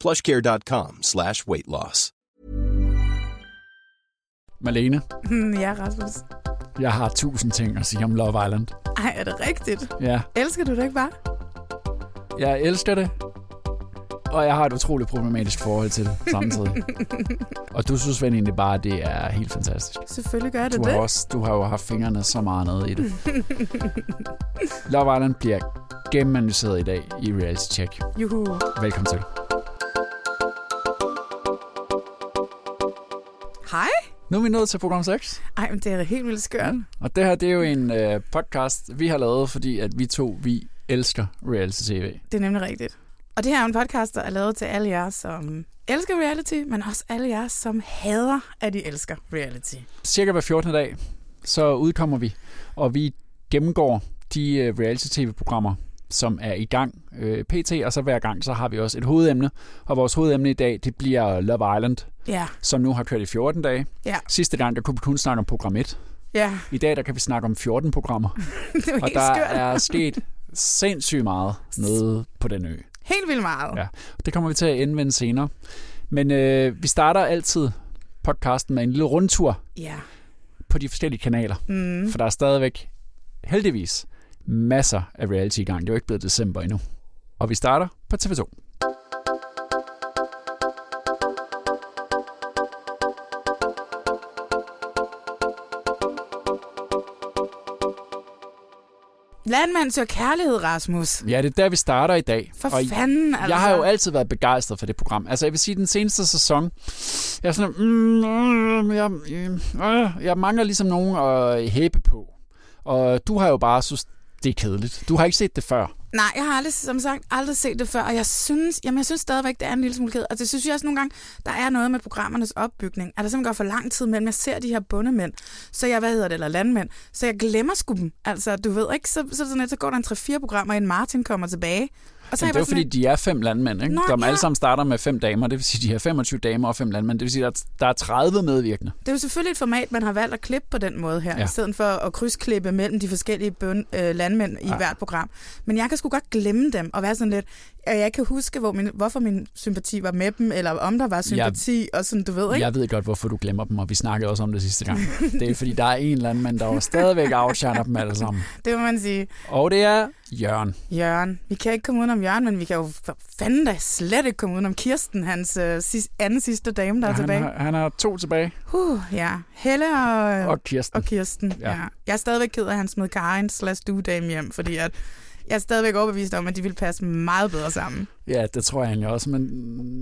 plushcare.com slash weight loss. Malene, Hmm, ja, Rasmus. jeg har tusind ting at sige om Love Island. Ej, er det rigtigt? Ja, Elsker du det ikke bare? jeg elsker det, og jeg har et utroligt problematisk forhold til det samtidig. og du synes vel egentlig bare, at det er helt fantastisk. Selvfølgelig gør det Du det. Mm. har, også, du har jo haft fingrene så meget nede i det. Love Island bliver gennemanalyseret i dag i Reality Check. Juhu. Velkommen til. Hej. Nu er vi nået til program 6. Ej, men det er da helt vildt skørt. Og det her, det er jo en øh, podcast, vi har lavet, fordi at vi to, vi elsker reality-tv. Det er nemlig rigtigt. Og det her er jo en podcast, der er lavet til alle jer, som elsker reality, men også alle jer, som hader, at de elsker reality. Cirka hver 14. dag, så udkommer vi, og vi gennemgår de øh, reality-tv-programmer, som er i gang øh, pt. Og så hver gang, så har vi også et hovedemne. Og vores hovedemne i dag, det bliver Love Island, Ja, som nu har kørt i 14 dage. ja, Sidste gang, der kunne vi kun snakke om program 1. ja. I dag, der kan vi snakke om 14 programmer. Det er jo og helt der skørt. er sket sindssygt meget nede på den ø. Helt vildt meget. Ja, det kommer vi til at indvende senere. Men øh, vi starter altid podcasten med en lille rundtur Ja. på de forskellige kanaler. Mm. For der er stadigvæk, heldigvis, masser af reality i gang. Det er jo ikke blevet december endnu. Og vi starter på TV2. Landmand søger kærlighed, Rasmus. Ja, det er der, vi starter i dag. For og fanden, altså. Jeg har jo altid været begejstret for det program. Altså, jeg vil sige, den seneste sæson, jeg er sådan, mm, mm, jeg, mm, øh, jeg mangler ligesom nogen at hæppe på. Og du har jo bare synes, det er kedeligt. Du har ikke set det før. Nej, jeg har aldrig, som sagt aldrig set det før, og jeg synes, jamen jeg synes stadigvæk, det er en lille smule ked. Og det synes jeg også nogle gange, der er noget med programmernes opbygning. Altså, Er der simpelthen går for lang tid mellem, jeg ser de her bundemænd, så jeg, hvad hedder det, eller landmænd, så jeg glemmer sgu dem. Altså, du ved ikke, så, så, er det sådan, lidt, så går der en 3-4 programmer, inden Martin kommer tilbage. Og så Men er det er jo jeg bare fordi, sådan, de er fem landmænd, ikke? Nå, Som ja. alle sammen starter med fem damer. Det vil sige, de har 25 damer og fem landmænd. Det vil sige, der er, der er 30 medvirkende. det er jo selvfølgelig et format, man har valgt at klippe på den måde her, Ja. ja. i stedet for at krydsklippe mellem de forskellige bøn, øh, landmænd i ja. hvert program. Men jeg kan sgu godt glemme dem, og være sådan lidt, at jeg kan huske, hvor min, hvorfor min sympati var med dem, eller om der var sympati, og sådan, du ved, ikke? Jeg ved godt, hvorfor du glemmer dem, og vi snakkede også om det sidste gang. Det er fordi, der er en landmand, der jo stadigvæk afsjerner dem alle sammen. Det må man sige. Og det er Jørgen. Jørgen. Vi kan ikke komme udenom Jørgen, men vi kan jo for fanden da slet ikke komme udenom Kirsten, hans øh, sidst, anden sidste dame, der er han, tilbage. Har, han har to tilbage, Uh, ja. Helle og, øh, og Kirsten. og Kirsten. Ja. Ja. ja. Jeg er stadigvæk ked af, at han smed Karin slash dame hjem, fordi at jeg er stadigvæk overbevist om, at de ville passe meget bedre sammen. Ja, det tror jeg egentlig også. Men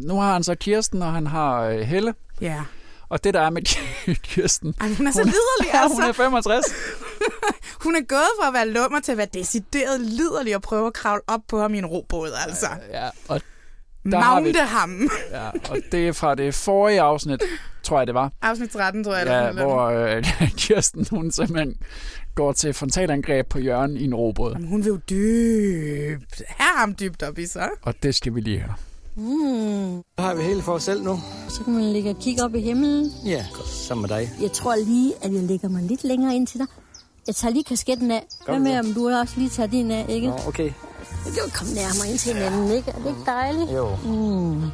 nu har han så Kirsten, og han har øh, Helle. Ja. Og det, der er med Kirsten... Ej, hun er så liderlig, Ja, altså. hun er 65. Hun er gået fra at være lummer til at være decideret liderlig og prøve at kravle op på ham i en robåd, altså. Ja, og, der har vi- Magne ham. ja, og det er fra det forrige afsnit, tror jeg, det var. Afsnit 13, tror jeg. eller Ja, sådan noget. hvor øh, Kirsten, hun simpelthen går til frontalangreb på Jørgen i en robåd. Hun vil jo dybt. Her ham dybt op i sig. Og det skal vi lige høre. Nu har vi hele for os selv nu. Hmm. Så kan man ligge og kigge op i himlen. Ja, godt. Sammen med dig. Jeg tror lige, at jeg lægger mig lidt længere ind til dig. Jeg tager lige kasketten af. Hvad med, om du også lige tager din af, ikke? Nå, okay. Jo, kom nærmere ind til hinanden, ikke? Er det ikke dejligt? Hmm. Jo.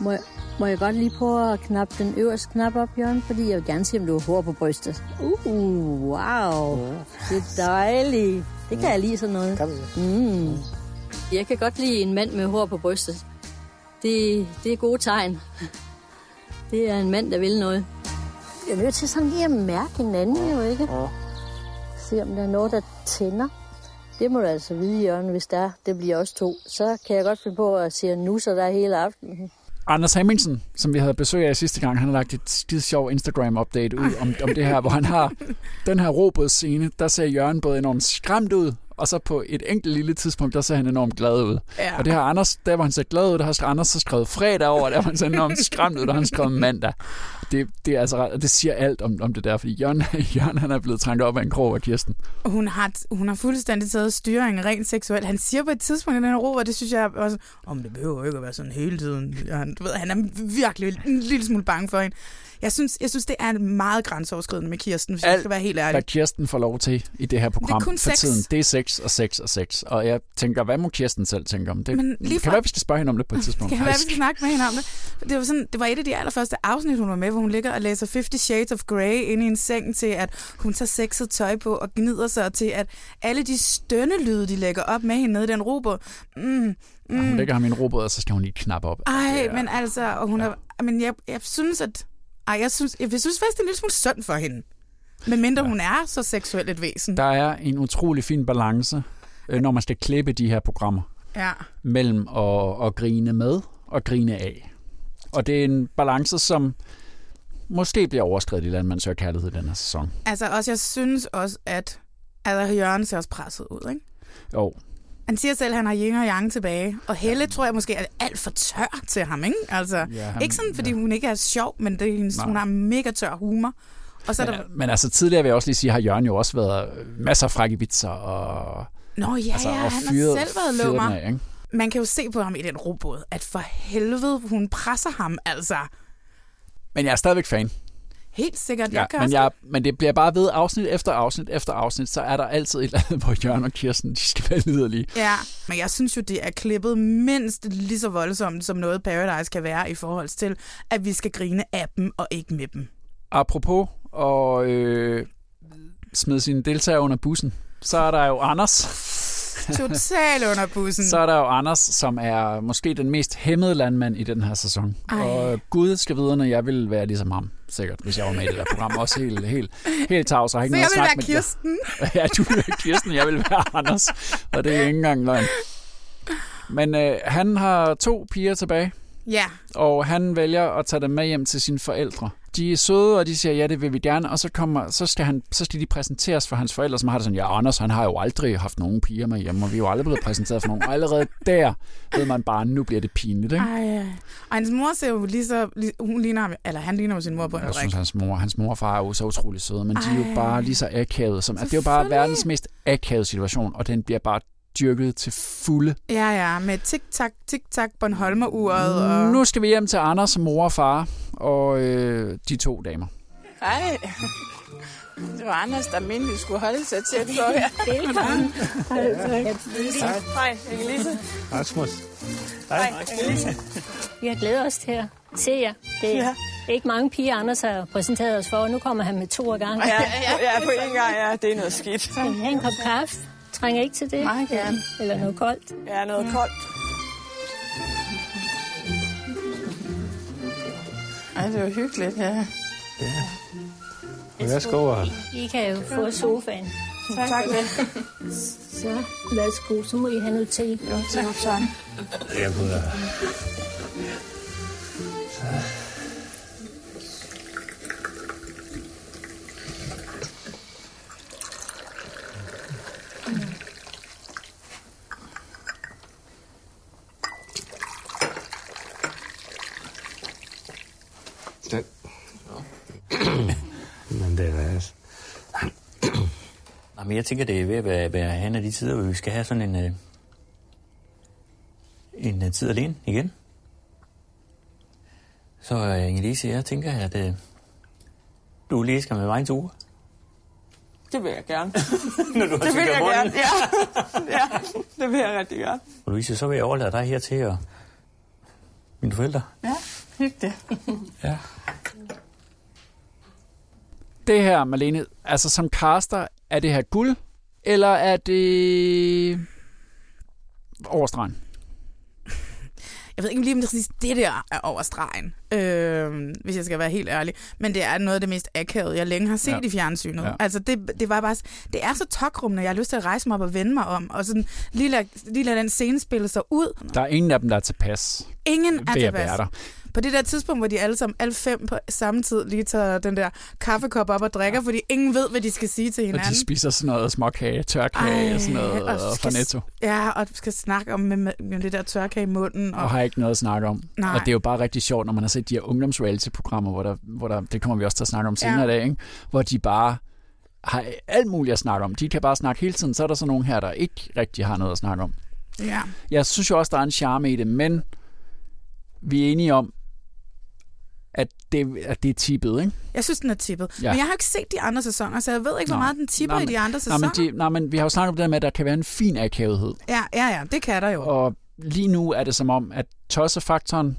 Må jeg, må jeg godt lige prøve at knappe den øverste knap op, Jørgen? Fordi jeg vil gerne se, om du har hår på brystet. Uh, wow. Det er dejligt. Det kan jeg lige sådan noget. Kom så. Mm. Jeg kan godt lide en mand med hår på brystet. Det, det er gode tegn. Det er en mand, der vil noget. Jeg er nødt til sådan lige at mærke hinanden, jo ikke? Se, om der er noget, der tænder. Det må du altså vide, Jørgen, hvis der er. Det bliver også to. Så kan jeg godt finde på at sige nusser der hele aftenen. Anders Hemmingsen, som vi havde besøg af sidste gang, han har lagt et skide sjov Instagram-update ud om, om det her, hvor han har den her robot-scene. Der ser Jørgen både enormt skræmt ud, og så på et enkelt lille tidspunkt, der ser han enormt glad ud. Ja. Og det her Anders, der hvor han ser glad ud, der har Anders så skrevet fredag over, og der hvor han ser enormt skræmt ud, der har han skrevet mandag. Det, det, er altså, ret- og det siger alt om, om det der, fordi Jørgen, Jørgen han er blevet trængt op af en krog af Kirsten. Hun har, hun har fuldstændig taget styringen rent seksuelt. Han siger på et tidspunkt i den her ro, og det synes jeg også, om det behøver ikke at være sådan hele tiden. Jørgen." Du ved, han er virkelig en lille smule bange for hende. Jeg synes, jeg synes det er meget grænseoverskridende med Kirsten, hvis jeg Alt, skal være helt hvad ærlig. Kirsten får lov til i det her program kun for sex. tiden, det er sex og sex og sex. Og jeg tænker, hvad må Kirsten selv tænke om det? Men Men lige lige fra- kan være, vi skal spørge hende om det på et tidspunkt. Det kan være, vi faktisk. skal snakke med hende om det. Det var, sådan, det var et af de allerførste afsnit, hun var med, hvor hun ligger og læser 50 Shades of Grey inde i en seng til, at hun tager sexet tøj på og gnider sig og til, at alle de stønnelyde, de lægger op med hende nede i den robot. Mm, Og hun lægger ham i en robot, og så skal hun lige knappe op. Ej, ja. men altså, og hun ja. er, men jeg, jeg synes, at... Ej, jeg synes, jeg, jeg synes faktisk, det er en lille smule synd for hende. Men mindre ja. hun er så seksuelt et væsen. Der er en utrolig fin balance, øh, når man skal klippe de her programmer, Ja. mellem at, at grine med og grine af. Og det er en balance, som måske bliver overskrevet i Landmand Søger Kærlighed i den her sæson. Altså også, jeg synes også, at... Altså, Jørgen ser også presset ud, ikke? Jo, Han siger selv, at han har yin og yang tilbage. Og Helle tror jeg måske er alt for tør til ham, ikke? Altså, Ja, han- ikke sådan, fordi hun ikke er sjov, men det er hendes, hun har mega tør humor. Og så er der... men altså tidligere vil jeg også lige sige, har Jørgen jo også været øh, masser af frække vitser og, Nå ja, altså, ja, og han fyret, har selv været fyret den lummer. af, ikke? Man kan jo se på ham i den robot, at for helvede, hun presser ham, altså. Men jeg er stadigvæk fan. Helt sikkert. Ja, jeg kan men, også jeg, men det bliver bare ved afsnit efter afsnit efter afsnit, så er der altid et eller andet, hvor Jørgen og Kirsten de skal være liderlige. Ja, men jeg synes jo, det er klippet mindst lige så voldsomt, som noget Paradise kan være i forhold til, at vi skal grine af dem og ikke med dem. Apropos og øh, smide sine deltagere under bussen, så er der jo Anders. Total under bussen. Så er der jo Anders, som er måske den mest hæmmede landmand i den her sæson. Ej. Og Gud skal vide, når jeg ville være ligesom ham, sikkert, hvis jeg var med i det der program. Også helt, helt, helt tavs. og har Så ikke noget jeg at vil snakke være med de der- Kirsten. ja, du vil være Kirsten, jeg vil være Anders. Og det er ikke engang løgn. Men øh, han har to piger tilbage, Ja, og han vælger at tage dem med hjem til sine forældre. De er søde, og de siger, ja, det vil vi gerne, og så, kommer, så, skal, han, så skal de præsenteres for hans forældre, som har det sådan, ja, Anders, han har jo aldrig haft nogen piger med hjemme, og vi er jo aldrig blevet præsenteret for nogen. Og allerede der ved man bare, nu bliver det pinligt, ikke? ej. Og hans mor ser jo lige så... lige- Hun ligner ham, eller han ligner jo sin mor på en Jeg synes, drik. hans mor, hans mor og far er jo så utrolig søde, men de er jo bare lige så akavede. Som, at det er jo bare Selvfølgelig. verdens mest akavede situation, og den bliver bare dyrket til fulde. Ja, ja, med tik-tak, tik-tak, Bornholmer-uret og... Nu skal vi hjem til Anders, mor og far, og øh, de to damer. Hej. Det var Anders, der mente, vi skulle holde sig tæt på her. Velkommen. Hej, Elise. Rasmus. Hej, Elise. Vi har glædet os til at se jer. Det er ja. ikke mange piger, Anders har præsenteret os for, og nu kommer han med to af gangen. Ja, ja, på en gang, ja, det er noget skidt. Vil I have en kop kaffe? Trænger ikke til det? Meget gerne. Eller noget koldt? Ja, noget koldt. Ej, det var hyggeligt, ja. Værsgo. og- I kan jo få sofaen. Tak, tak for det. Så værsgo, så må I have noget te. Jo, tak. tak. Jamen, øh, Den. Men det er da altså. Jamen, jeg tænker, det er ved at være, være hen af de tider, hvor vi skal have sådan en, øh, en øh, tid alene igen. Så øh, Inge-Lise, jeg tænker, at øh, du lige skal med mig en tur. Det vil jeg gerne. Når du har Det vil tygget jeg munden. gerne, ja. ja. Det vil jeg rigtig gerne. Og Louise, så vil jeg overlade dig her til og mine forældre. Ja, hyggeligt. Ja. Det her, Malene, altså som caster, er det her guld, eller er det overstregen? Jeg ved ikke lige, om det er præcis det der er over stregen. øh, hvis jeg skal være helt ærlig. Men det er noget af det mest akavede, jeg længe har set Ja. ja. i fjernsynet. Ja. Ja. Altså, det, det var bare... s- Det er så tokrummende, jeg har lyst til at rejse mig op og vende mig om, og sådan lige lade, lige lade den scene spille sig ud. Der er ingen af dem, der er tilpas Ingen er ved at være tilbage. der. På det der tidspunkt, hvor de alle sammen, alle fem på samme tid, lige tager den der kaffekop op og drikker, ja. fordi ingen ved, hvad de skal sige til Og hinanden. de spiser sådan noget småkage, tørkage og sådan noget Ej, og fra skal- Netto. Ja, og skal snakke om med, med det der tørkage i munden. Og, og har ikke noget at snakke om. Nej. Og det er jo bare rigtig sjovt, når man har set de her ungdomsreality-programmer, hvor der, hvor der, det kommer vi også til at snakke om senere ja. i dag, ikke? hvor de bare har alt muligt at snakke om. De kan bare snakke hele tiden, så er der sådan nogen her, der ikke rigtig har noget at snakke om. ja. Jeg synes jo også, der er en charme i det, men vi er enige om, at det, at det er tippet, ikke? Jeg synes, den er tippet. Ja. Ja. Men jeg har jo ikke set de andre sæsoner, så jeg ved ikke, hvor Nå. meget den tipper Nå, i de andre Nej, sæsoner. men, de, nej, men vi har jo snakket om det der med, at der kan være en fin akavethed. Ja, ja, ja, det kan der jo. Og lige nu er det som om, at tossefaktoren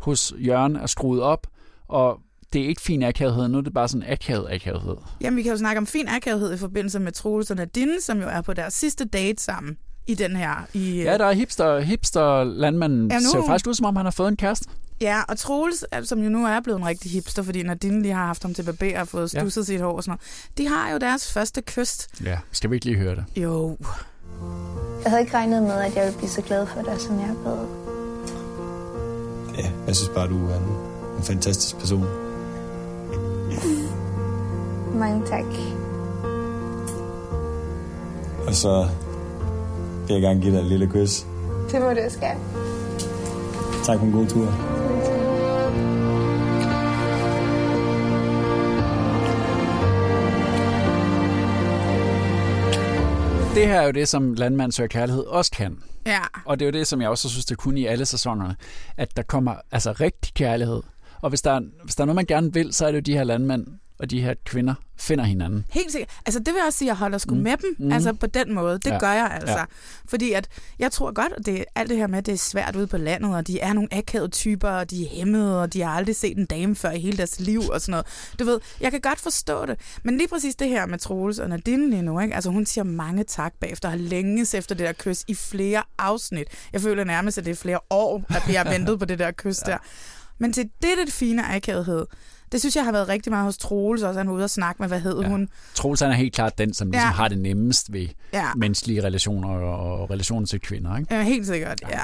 hos Jørgen er skruet op, og det er ikke fin akavighed, nu er det bare sådan akavet akavighed. Jamen, vi kan jo snakke om fin akavighed i forbindelse med Troels og Nadine, som jo er på deres sidste date sammen i den her. I, Ja, der er hipster, hipster landmanden ja, Ja, nu... nu- ser jo faktisk ud, som om han har fået en kæreste. ja, og Troels, øh, som jo nu er blevet en rigtig hipster, fordi Nadine lige har haft ham til barber og fået Ja. stusset sit hår og sådan noget. De har jo deres første kyst. Ja, skal vi ikke lige høre det? Jo, Uh. Jeg havde ikke regnet med, at jeg ville blive så glad for dig, som jeg er blevet. Ja, jeg synes bare, du er en, en fantastisk person. Mange tak. Og så vil jeg gerne give dig et lille kys. Det må du også gerne. Tak for en god tur. Det her er jo det, som landmand søger kærlighed også kan. ja. Og det er jo det, som jeg også synes, det kunne i alle sæsonerne, at der kommer altså rigtig kærlighed. Og hvis der, er, hvis der er noget, man gerne vil, så er det jo de her landmænd og de her kvinder finder hinanden. Helt sikkert. Altså det vil jeg også sige, at jeg holder sgu mm. med dem. Mm. Altså på den måde. Det Ja. ja. gør jeg altså. Ja. Ja. Fordi at jeg tror godt, at det, alt det her med, at det er svært ude på landet, og de er nogle akavede typer, og de er hæmmede, og de har aldrig set en dame før i hele deres liv og sådan noget. Du ved, jeg kan godt forstå det. Men lige præcis det her med Troels og Nadine lige nu, ikke? Altså hun siger mange tak bagefter, og har længes efter det der kys i flere afsnit. Jeg føler nærmest, at det er flere år, at vi har ventet på det der kys ja. der. Men til det, det fine akavighed, det synes jeg har været rigtig meget hos Troels også. Han var ude og snakke med, hvad hed ja. hun? Troels han er helt klart den, som ligesom ja. Ja. har det nemmest ved ja. Ja. menneskelige relationer og, og relationer til kvinder. Ikke? Ja, helt sikkert, ja. ja.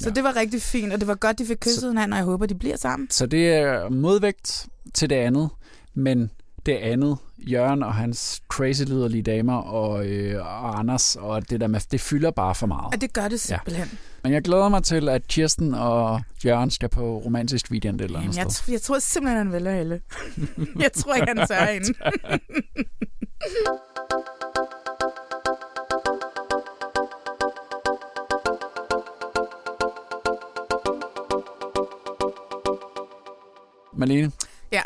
Så ja. det var rigtig fint, og det var godt, de fik kysset så... hinanden, og jeg håber, de bliver sammen. Så det er modvægt til det andet, men det andet, Jørgen og hans crazy liderlige damer og, øh, og Anders, og det der med, det fylder bare for meget. Og det gør det simpelthen. Ja. Men jeg glæder mig til, at Kirsten og Jørgen skal på romantisk weekend eller andet Jamen, jeg, sted. tr- jeg tror simpelthen, han vælger Helle. jeg tror ikke, han tør hende. Malene, ja.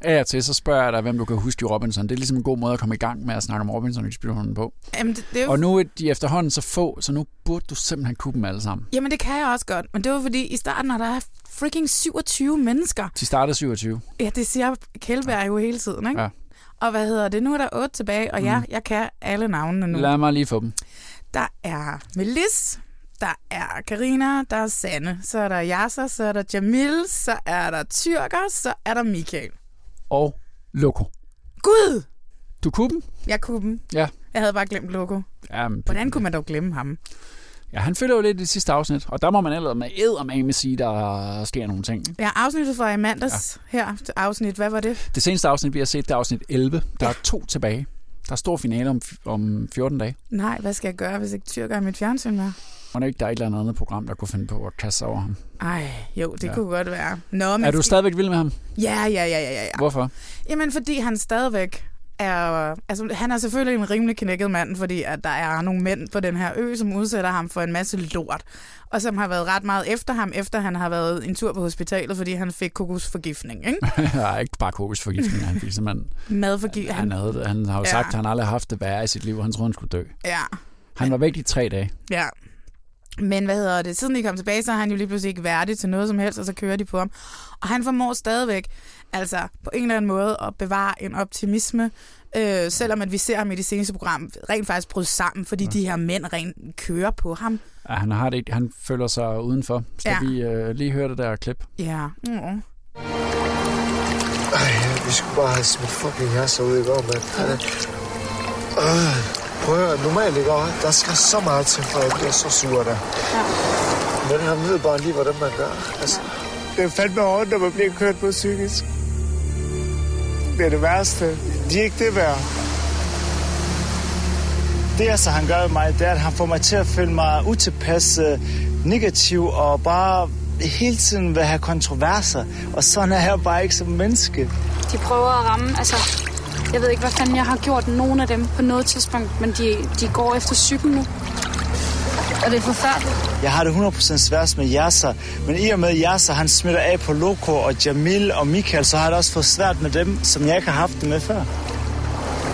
af og til, så spørger jeg dig, hvem du kan huske i Robinson. Det er ligesom en god måde at komme i gang med at snakke om Robinson Expeditionen på. Jamen, det, det er jo... Og nu er de efterhånden så få, så nu burde du simpelthen kunne dem alle sammen. Jamen, det kan jeg også godt. Men det var fordi, i starten, når der er freaking 27 mennesker. De startede 27. Ja, det siger Kjellberg jo hele tiden, ikke? Ja. Ja. Og hvad hedder det? Nu er der otte tilbage, og ja, jeg kan alle navnene nu. Mm. Lad mig lige få dem. Der er Melis, der er Karina, der er Sanne, så er der Yasser, så er der Jamil, så er der Tyrker, så er der Michael. Og Loco. Gud! Du kunne dem? Jeg kunne dem. Ja. Jeg havde bare glemt Loco. Jamen, Hvordan kunne man dog glemme ham? Ja, han følger jo lidt i det sidste afsnit, og der må man allerede med eddermame sige, der sker nogle ting. Ja, afsnittet fra i mandags ja. her, afsnit, hvad var det? Det seneste afsnit, vi har set, det er afsnit 11. Der er to tilbage. Der er stor finale om, om 14 dage. Nej, hvad skal jeg gøre, hvis ikke Tyrker er mit fjernsyn var? Og ikke, der er et eller andet program, der kunne finde på at kaste sig over ham. Ej, jo, det Ja. ja. kunne godt være. Nå, men Er du fordi- stadigvæk vild med ham? Ja, ja, ja, ja, ja, ja. Hvorfor? Jamen, fordi han stadigvæk er... Altså, han er selvfølgelig en rimelig knækket mand, fordi at der er nogle mænd på den her ø, som udsætter ham for en masse lort, og som har været ret meget efter ham, efter han har været en tur på hospitalet, fordi han fik kokosforgiftning, ikke? Jeg er ikke bare kokosforgiftning, han fik simpelthen... Madforgiftning. Han, havde, det. han har jo Ja. sagt, at han aldrig har haft det værre i sit liv, og han troede, han skulle dø. Ja, Han var væk i tre dage. ja. Men hvad hedder det? Siden de kom tilbage, så er han jo lige pludselig ikke værdig til noget som helst, og så kører de på ham. Og han formår stadigvæk, altså på en eller anden måde, at bevare en optimisme, øh, selvom at vi ser ham i det seneste program rent faktisk bryde sammen, fordi ja. de her mænd rent kører på ham. Ja, han, har det, han føler sig udenfor. Skal Ja. ja. vi øh, lige høre det der klip? Ja. Mm. Ej, vi skulle bare have smidt fucking jasser ud i går, mand. Han er- Øh, prøv at høre, normalt i går, der skal så meget til, for jeg bliver så sur der. Ja. Men han ved bare lige, hvordan man gør. Altså, Det er fandme hårdt, når man bliver kørt på psykisk. Det er det værste. De er ikke det værd. Det, altså, han gør ved mig, det er, at han får mig til at føle mig utilpas, øh, negativ og bare hele tiden vil have kontroverser. Og sådan er jeg bare ikke som menneske. De prøver at ramme, altså... Jeg ved ikke, hvad fanden jeg har gjort nogen af dem på noget tidspunkt, men de, de går efter cyklen nu. Og det er forfærdeligt. Jeg har det 100% værst med Yasser, men i og med Yasser, han smitter af på Loco og Jamil og Michael, så har jeg det også fået svært med dem, som jeg ikke har haft det med før.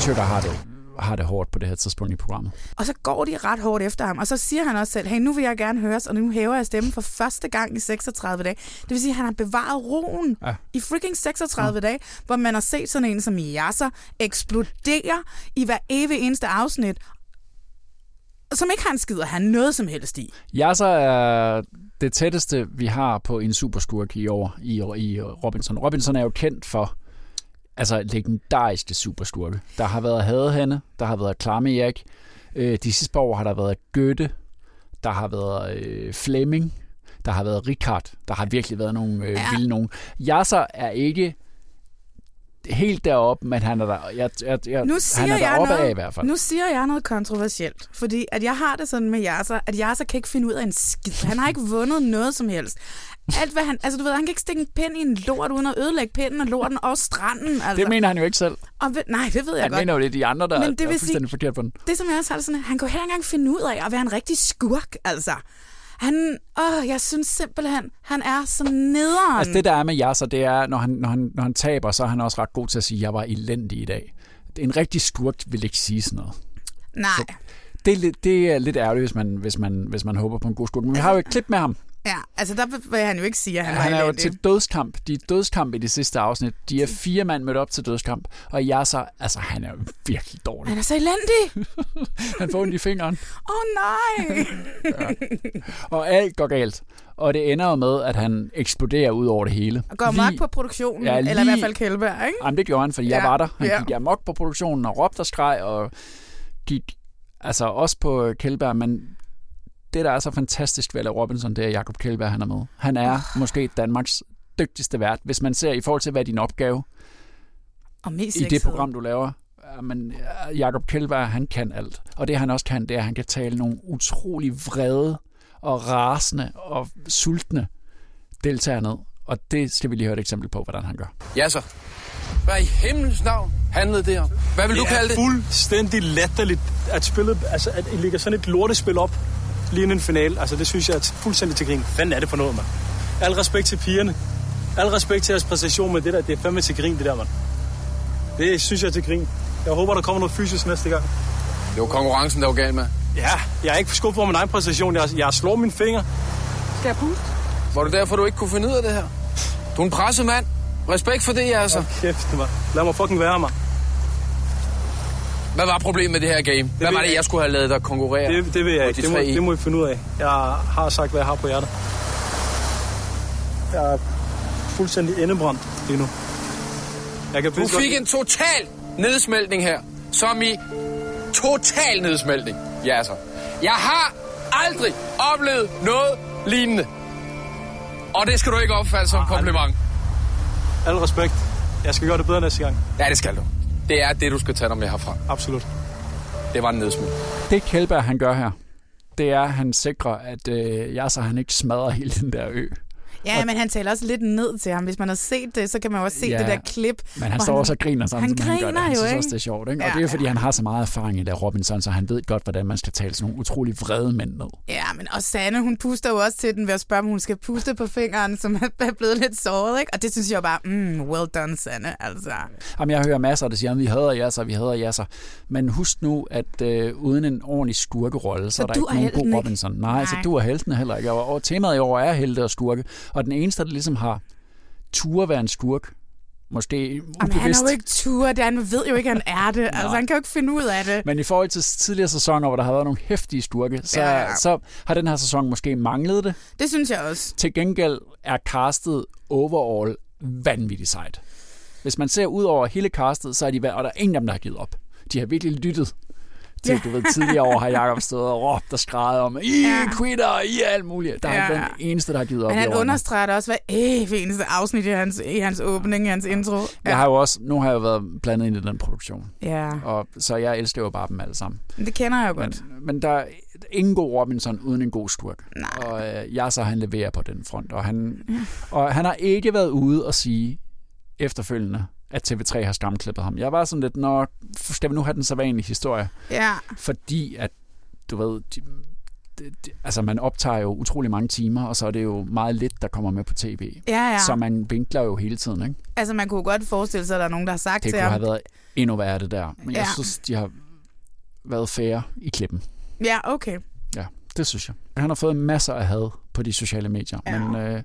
Tyrker har det, har det hårdt på det her tidspunkt i programmet. Og så går de ret hårdt efter ham, og så siger han også selv, hey, nu vil jeg gerne høres, og nu hæver jeg stemmen for første gang i 36 dage. Det vil sige, at han har bevaret roen ja. Ja. i freaking 36 ja. dage, hvor man har set sådan en som Yasser eksplodere i hver evig eneste afsnit, som ikke har en skid at have noget som helst i. Yasser er det tætteste, vi har på en superskurk i år i, i Robinson. Robinson er jo kendt for altså legendariske superskurke. Der har været Hadehanne, der har været Klamme Erik. Øh, de sidste par år har der været Goethe, der har været øh, Flemming, der har været Richard. Der har virkelig været nogle øh, ja. vilde nogen. Yasser er ikke helt deroppe, men han er der. Jeg, jeg, jeg, Nu siger han er jeg deroppe noget, af i hvert fald. Nu siger jeg noget kontroversielt, fordi at jeg har det sådan med Yasser, at Yasser kan ikke finde ud af en skid. Han har ikke vundet noget som helst. Alt hvad han, altså du ved, han kan ikke stikke en pind i en lort, uden at ødelægge pinden og lorten og stranden. Altså. Det mener han jo ikke selv. og ved, nej, det ved jeg Han godt. mener jo, det er de andre, der, Men Men det det der vil er sige- fuldstændig forkert på den. Det som jeg også har det sådan, at han kunne heller ikke engang finde ud af at være en rigtig skurk, altså. Han, åh, jeg synes simpelthen, han er så nederen. Altså det, der er med Yasser, det er, når han, når, han, når han taber, så er han også ret god til at sige, at jeg var elendig i dag. En rigtig skurk vil ikke sige sådan noget. Nej. Det er, lidt- det er lidt ærgerligt, hvis man, hvis, man, hvis man håber på en god skurk. Men vi har jo et klip med ham. Ja, altså der vil- vil han jo ikke sige, at han, Han var er jo elendig. til dødskamp. De er dødskamp i det sidste afsnit. De er fire mand mødt op til dødskamp. Og Yasser, altså han er jo virkelig dårlig. Han er så elendig. Han får ondt i fingeren. Åh oh, nej. Og alt går galt. Og det ender jo med, at han eksploderer ud over det hele. Og går mok på produktionen, ja, Ja, eller i hvert lige- fald Kjellberg, ikke? Jamen, det gjorde han, fordi ja. jeg Ja, var der. Han ja. ja. gik amok på produktionen og råbte og skreg og gik altså også på Kjellberg, men det, der er så fantastisk ved at lave Robinson, det er at Jacob Kjellberg, han er med. Han Ah. er oh. måske Danmarks dygtigste vært, hvis man ser i forhold til, hvad er din opgave Og mest i det sexet. program, du laver. Ja, Men ja, Jacob Kjellberg, han kan alt. Og det, han også kan, det er, at han kan tale nogle utrolig vrede og rasende og sultne deltagere ned. Og det skal vi lige høre et eksempel på, hvordan han gør. Ja så. Hvad i himlens navn handlede det om? Hvad vil du kalde det? Det er fuldstændig latterligt at spille, altså at I lægger sådan et lortespil op lige inden en finale. Altså det synes jeg er fuldstændig til grin. Fanden er det for noget, mand? Al respekt til pigerne. Al respekt til jeres præstation med det der. Det er fandme til grin, det der, mand. Det synes jeg er til grin. Jeg håber, der kommer noget fysisk næste gang. Det var konkurrencen, der var galt med. Ja, jeg er ikke skuffet over min egen præstation. Jeg, jeg slår mine fingre. Skal jeg puste? Var det derfor, du ikke kunne finde ud af det her? Du er en presset mand. Respekt for det, altså. Hold kæft, mand. Lad mig fucking være, mand. Hvad var problemet med det her game? Hvad var det, jeg skulle have lavet dig konkurrere? Det, det vil jeg på ikke. Øh, de Det må, tre i? det må I finde ud af. Jeg har sagt, hvad jeg har på hjertet. Jeg er fuldstændig endebrændt lige nu. Jeg kan Du vist fik godt- en total nedsmeltning her. Som i total nedsmeltning. Ja, altså. Jeg har aldrig oplevet noget lignende. Og det skal du ikke opfatte som et kompliment. Ah, Al respekt. Jeg skal gøre det bedre næste gang. Ja, det skal du. Det er det, du skal tage dig med herfra. Absolut. Det var en nedsmeltning. Det Kjellberg, han gør her, det er, at han sikrer, at øh, Yasser, han ikke smadrer hele den der ø. Ja, men han taler også lidt ned til ham. Hvis man har set det, så kan man jo også se Ja, det der klip. Men han hvor står også og griner sammen, Han som han gør det. griner Han jo, synes ikke? også, det er sjovt. Ikke? Og Ja, det er jo, fordi han har så meget erfaring i det, Robinson, så han ved godt, hvordan man skal tale sådan nogle utrolig vrede mænd ned. Ja, men og Sanne, hun puster jo også til den ved at spørge, om hun skal puste på fingeren, som er blevet lidt såret, ikke? Og det synes jeg jo bare, mm, well done, Sanne, altså. Jamen, jeg hører masser, der siger, at vi hader Yasser, vi hader Yasser. Men husk nu, at øh, uden en ordentlig skurkerolle, så, Så er der du ikke er nogen helten, god ikke? Robinson. Nej, Nej, så Nej. du er helten heller ikke. Og, og temaet i år er helte og skurke. Og den eneste, der ligesom har tur at være en skurk, Måske Jamen, han ubevidst. har jo ikke turet det, han ved jo ikke, han er det. altså, han kan jo ikke finde ud af det. Men i forhold til tidligere sæsoner, hvor der har været nogle hæftige skurke, så, Ja, ja. så har den her sæson måske manglet det. Det synes jeg også. Til gengæld er castet overall vanvittigt sejt. Hvis man ser ud over hele castet, så er de værd, og der er ingen af dem, der har givet op. De har virkelig lyttet til, Ja. du ved, tidligere år har Jacob stået og råbt og skrejet om, I Ja. quitter, I er alt muligt. Der er Ja. ikke den eneste, der har givet op Men i han årene. understreger det også hver evig eneste afsnit i hans, i hans åbning, i hans intro. Jeg har jo også, nu har jeg jo været blandet ind i den produktion. Ja. Og, så jeg elsker jo bare dem alle sammen. Men det kender jeg jo godt. Men, men der er ingen god Robinson uden en god skurk. Nej. Og øh, jeg så han leverer på den front. Og han, og han har ikke været ude og sige efterfølgende, at TV3 har skamklippet ham. Jeg var sådan lidt, nå, skal vi nu have den sædvanlige historie? Ja. Fordi at, du ved, de, de, de, altså man optager jo utrolig mange timer, og så er det jo meget lidt, der kommer med på tv. Ja, ja. Så man vinkler jo hele tiden, ikke? Altså, man kunne godt forestille sig, at der er nogen, der har sagt Det til kunne ham. have været endnu værre det der. Men ja. jeg Ja. synes, de har været færre i klippen. Ja, okay. Ja, det synes jeg. Han har fået masser af had på de sociale medier, ja. men øh,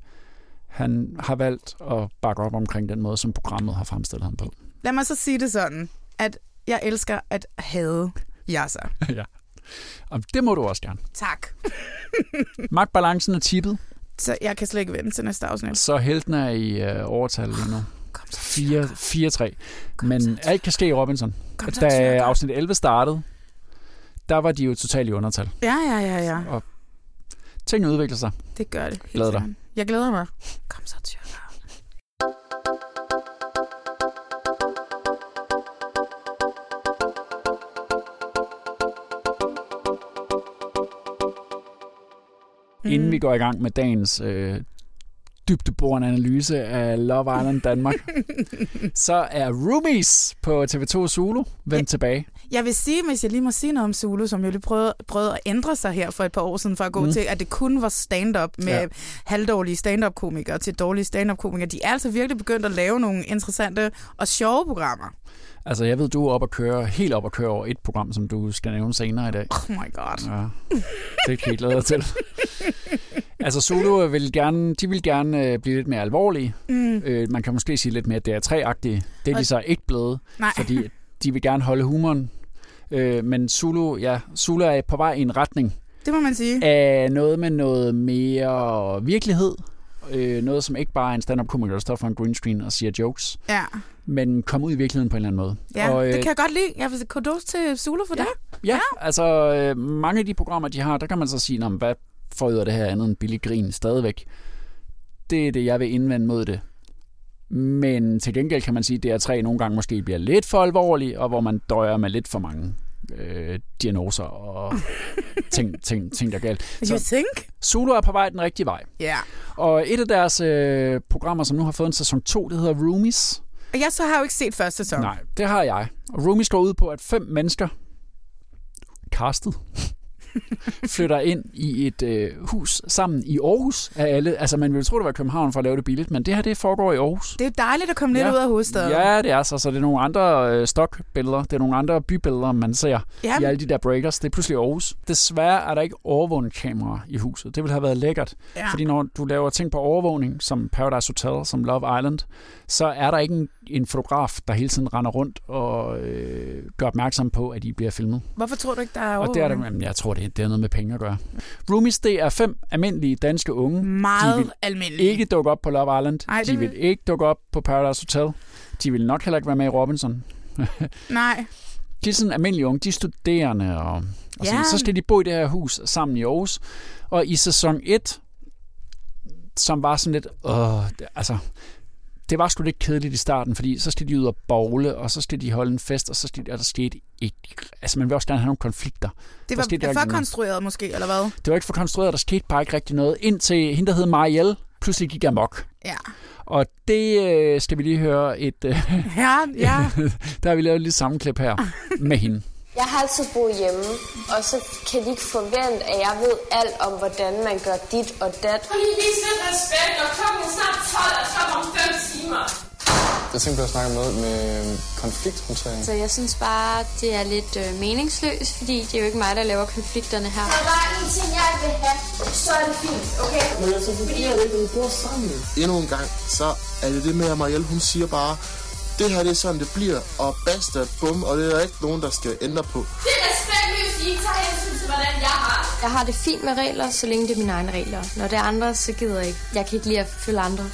han har valgt at bakke op omkring den måde, som programmet har fremstillet ham på. Lad mig så sige det sådan, at jeg elsker at hade Yasser. ja. Og det må du også gerne. Tak. Magtbalancen er tippet, Så jeg kan slet ikke vente til næste afsnit. så helten er i øh, overtal lige nu. 4-3. Men alt kan ske i Robinson. Kom så, Da afsnit 11 startede, der var de jo totalt i undertal. Ja, ja, ja, ja. Og tingene udvikler sig. Det gør det. helt Glæder dig. sikkert. Jeg glæder mig. Kom så, Tyrker. Mm. Inden vi går i gang med dagens øh, dybdeborende analyse af Love Island Danmark, så er Roomies på TV2 Zulu vendt tilbage. Jeg vil sige, hvis jeg lige må sige noget om Zulu, som jo lige prøvede, prøvede at ændre sig her for et par år siden, fra at gå Mm. mm. til, at det kun var stand-up med Ja. ja. halvdårlige stand-up-komikere til dårlige stand-up-komikere. De er altså virkelig begyndt at lave nogle interessante og sjove programmer. Altså, jeg ved, du er op at køre, helt op at køre over et program, som du skal nævne senere i dag. Oh my god. Ja, det kan jeg glæde dig til. altså, Zulu vil gerne, de vil gerne øh, blive lidt mere alvorlige. Mm. Øh, man kan måske sige lidt mere DR3-agtige. Det er de Og- så ikke blevet, Nej. fordi de vil gerne holde humoren. Øh, men Zulu, ja, Zulu er på vej i en retning, Det må man sige. af noget med noget mere virkelighed. Øh, noget, som ikke bare er en stand-up-komiker, der står for en green screen og siger jokes, Ja, men kom ud i virkeligheden på en eller anden måde. ja. og, øh, det kan jeg godt lide. Jeg vil sige kudos til Zulu for ja. det. Ja, altså øh, mange af de programmer, de har, der kan man så sige, "Nå, men hvad får ud af det her andet end billig grin stadigvæk? Det er det, jeg vil indvende mod det. Men til gengæld kan man sige, at DR3 nogle gange måske bliver lidt for alvorlig, og hvor man døjer med lidt for mange øh, diagnoser og ting, ting, ting, der er galt. You think? Solo er på vej den rigtige vej. Ja. Og et af deres øh, programmer, som nu har fået en sæson 2, det hedder Roomies. Og jeg så har jo ikke set første sæson. Nej, det har jeg. Og Roomies går ud på, at fem mennesker, castet, flytter ind i et øh, hus sammen i Aarhus af alle. Altså, man ville tro, det var i København for at lave det billigt, men det her, det foregår i Aarhus. Det er dejligt at komme lidt ud af hovedstaden. Ja, det er så. Så det er nogle andre øh, stokbilleder, det er nogle andre bybilleder, man ser Jamen. Jamen. i alle de der breakers. Det er pludselig Aarhus. Desværre er der ikke overvågningskameraer i huset. Det ville have været lækkert. Ja. Fordi når du laver ting på overvågning, som Paradise Hotel, som Love Island, så er der ikke en, en fotograf, der hele tiden render rundt og øh, gør opmærksom på, at I bliver filmet. Hvorfor tror du ikke, der er Og det er der, overvågning? jamen, jeg tror, det, det er noget med penge at gøre. Roomies, det er fem almindelige danske unge. Meget de vil almindelige. ikke dukke op på Love Island. Ej, Ej, det de vil vil- ikke dukke op på Paradise Hotel. De vil nok heller ikke være med i Robinson. Nej. de er sådan almindelige unge. De er studerende. Og, og ja. sådan. Ja. Så skal de bo i det her hus sammen i Aarhus. Og i sæson 1, som var sådan lidt... Åh, det, altså, det var sgu lidt kedeligt i starten, fordi så skal de ud og bowle, og så skal de holde en fest, og så skal de, og der skete ikke... Altså, man vil også gerne have nogle konflikter. Det Der skete var ikke for noget. konstrueret måske, eller hvad? Det var ikke for konstrueret, der skete bare ikke rigtig noget, indtil hende, der hed Marielle, pludselig gik amok. Ja. Og det øh, skal vi lige høre et... Øh, Ja, ja. der har vi lavet et lille sammenklip her med hende. Jeg har altid boet hjemme, og så kan de ikke forvente, at jeg ved alt om, hvordan man gør dit og dat. Prøv lige at vise lidt respekt, og klokken er snart 12, og så om 5 timer. Jeg tænkte på at snakke om noget med konflikthåndtering. Så jeg synes bare, det er lidt øh, meningsløst, fordi det er jo ikke mig, der laver konflikterne her. Der er bare en ting, jeg vil have, så er det fint, okay? Men altså, fungerer det ikke, når vi bor sammen. Endnu en gang, så er det det med, at Marielle, hun siger bare, det her det er sådan, det bliver, og basta, bum, og det er der ikke nogen, der skal ændre på. Det er respektløst, I ikke tager hensyn til, hvordan jeg har. det. Jeg har det fint med regler, så længe det er mine egne regler. Når det er andre, så gider jeg ikke. Jeg kan ikke lide at følge andre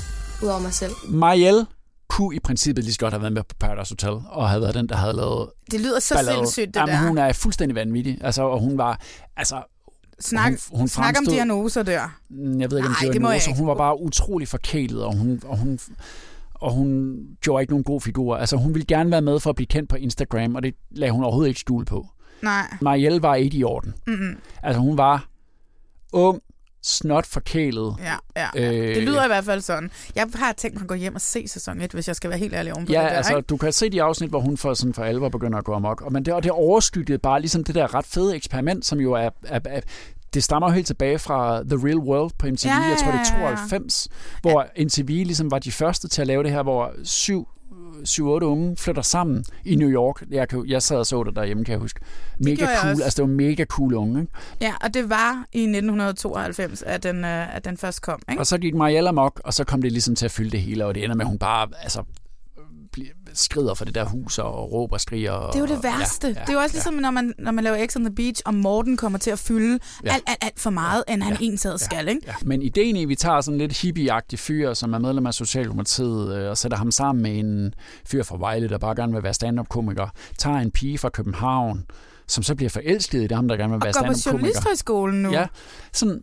ud over mig selv. Marielle kunne i princippet lige så godt have været med på Paradise Hotel, og havde været den, der havde lavet Det lyder så sindssygt, det Jamen, der. hun er fuldstændig vanvittig, altså, og hun var, altså... Snak, hun, hun snak om fremstod- diagnoser der. Mm, Jeg ved ikke, om Ej, det var det må en jeg så ikke. hun var bare utrolig forkælet, og hun, og hun, og hun gjorde ikke nogen god figur. Altså, hun ville gerne være med for at blive kendt på Instagram, og det lagde hun overhovedet ikke skjul på. Nej. Marielle var ikke i orden. Mm-mm. Altså, hun var ung, snot forkælet. Ja, ja, ja. Øh... Det lyder i hvert fald sådan. Jeg har tænkt mig at gå hjem og se sæson 1, hvis jeg skal være helt ærlig ovenpå Ja, det der, altså, ikke? du kan se de afsnit, hvor hun for, sådan for alvor begynder at gå amok. Og, men det, og det overskyggede bare ligesom det der ret fede eksperiment, som jo er... er, er det stammer jo helt tilbage fra The Real World på MTV, Ja, ja, jeg tror det ja, er ja. 92, hvor MTV ligesom var de første til at lave det her, hvor syv 7-8 unge flytter sammen i New York. Jeg, kan, jo- jeg sad og så det derhjemme, kan jeg huske. Mega gjorde jeg cool. også. Altså, det var mega cool unge. Ikke? Ja, og det var i 1992, at den, øh, at den først kom. Ikke? Og så gik Mariella mok, og så kom det ligesom til at fylde det hele, og det ender med, at hun bare altså, bliver- skrider for det der hus og råber og skriger. Og, Det er jo det værste. Ja, ja, det er jo også ligesom, ja. når, man, når man laver X on the Beach, og Morten kommer til at fylde Ja. ja. alt, alt, alt for meget, end han ja. ensad skal. Ikke? Ja. Men ideen i, at vi tager sådan lidt hippieagtig fyr, som er medlem af Socialdemokratiet, øh, og sætter ham sammen med en fyr fra Vejle, der bare gerne vil være stand-up-komiker, tager en pige fra København, som så bliver forelsket i det ham, der gerne vil være Og går på stand-up-komiker. journalisthøjskolen nu. Ja, sådan,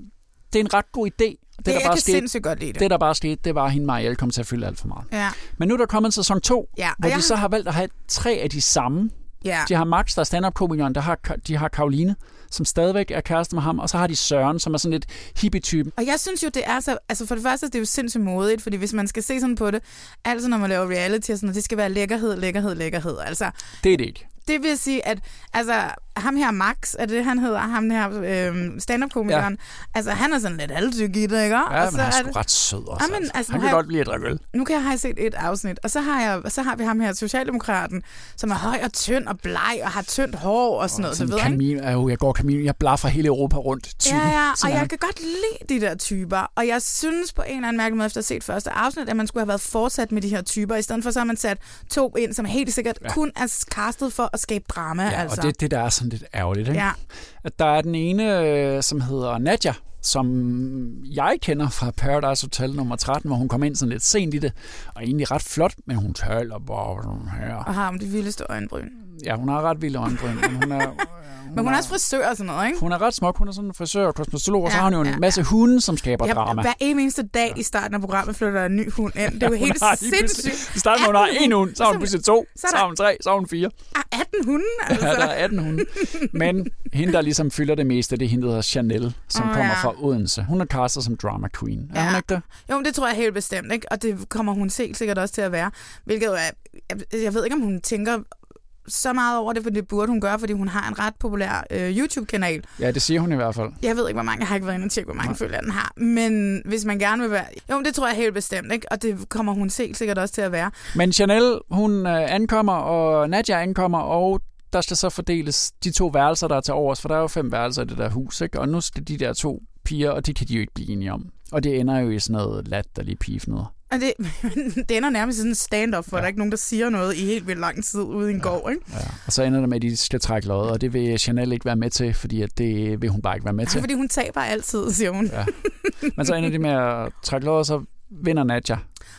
det er en ret god idé. Det, jeg der bare kan sindssygt godt lide det. Det, der bare skete, det var, at hende Marielle kom til at fylde alt for meget. Ja. Men nu er der kommet en sæson 2, Ja, og hvor de jeg- så har valgt at have tre af de samme. Ja. De har Max, der er stand-up-komikeren, der har, de har Karoline, som stadigvæk er kæreste med ham, og så har de Søren, som er sådan lidt hippie-typen. Og jeg synes jo, det er så... Altså for det første, det er jo sindssygt modigt, fordi hvis man skal se sådan på det, altså når man laver reality og sådan noget, det skal være lækkerhed, lækkerhed, lækkerhed. Altså, Det er det ikke. det vil sige, at altså, ham her Max, er det han hedder, ham her øh, stand-up-komikeren, ja. altså han er sådan lidt altyk i det, ikke? Ja, men han er er sgu det- ret sød også. Jamen, altså, han nu kan har jeg- godt lide at drikke øl. Nu kan jeg have set et afsnit, og så har, jeg, så har vi ham her, Socialdemokraten, som er høj og tynd og bleg og har tyndt hår og sådan noget, så Sådan ved jeg, ikke? kamin, øh, jeg går kamin, jeg blaffer hele Europa rundt. Typen, Ja, ja, og Sådan er jeg han. kan godt lide de der typer. Og jeg synes på en eller anden mærkelig måde, efter at have set første afsnit, at man skulle have været fortsat med de her typer. I stedet for så har man sat to ind, som helt sikkert Ja. ja. kun er castet for at skabe drama. Ja, altså. og det er det, der er sådan lidt ærgerligt. Ikke? Ja. At der er den ene, øh, som hedder Nadja, som jeg kender fra Paradise Hotel nummer 13, hvor hun kom ind sådan lidt sent i det, og egentlig ret flot, men hun taler bare sådan her. Og har om de vildeste øjenbryn. Ja, hun har ret vilde øjenbryn, men hun er, Men hun er også frisør og sådan noget, ikke? hun er ret smuk. Hun er sådan en frisør og kosmetolog, og så Ja, har hun jo en ja, masse hunde, som skaber Jeg, drama. hver evig eneste dag i starten af programmet flytter en ny hund ind. Det er jo Ja, hun helt har lige pludselig- sindssygt. I starten, hvor hun har 18 en hund, så har hun Så- pludselig to, så så er der- har hun tre, så har hun fire. 18 hunde, altså. Ja, der er 18 hunde. Men hende, der ligesom fylder det meste, det er hende, der hedder Chanel, som Åh, oh, kommer ja. fra Odense. Hun er castet som drama queen. Ja. Er hun ikke det? Jo, men det tror jeg helt bestemt, ikke? Og det kommer hun helt sikkert også til at være. Hvilket jo er, jeg, jeg ved ikke, om hun tænker så meget over det, for det burde hun gøre, fordi hun har en ret populær øh, YouTube-kanal. Ja, det siger hun i hvert fald. Jeg ved ikke, hvor mange, jeg har ikke været inde og tjekke, hvor mange følgere den har. Men hvis man gerne vil være... Jo, men det tror jeg helt bestemt, ikke? Og det kommer hun helt sikkert også til at være. Men Chanel, hun øh, ankommer, og Nadja ankommer, og der skal så fordeles de to værelser, der er til overs, for der er jo fem værelser i det der hus, ikke? Og nu skal de der to piger, og det kan de jo ikke blive enige om. Og det ender jo i sådan noget latterlig pifnede. Og det, det ender nærmest i sådan en stand-up, hvor ja. der er ikke nogen, der siger noget i helt vildt lang tid ude i en ja. gård, ikke? Ja. Og så ender det med, at de skal trække lod, og det vil Chanel ikke være med til, fordi at det vil hun bare ikke være med Ja, til. fordi hun taber altid, siger hun. Ja. Men så ender de med at trække lod, og så vinder Nadja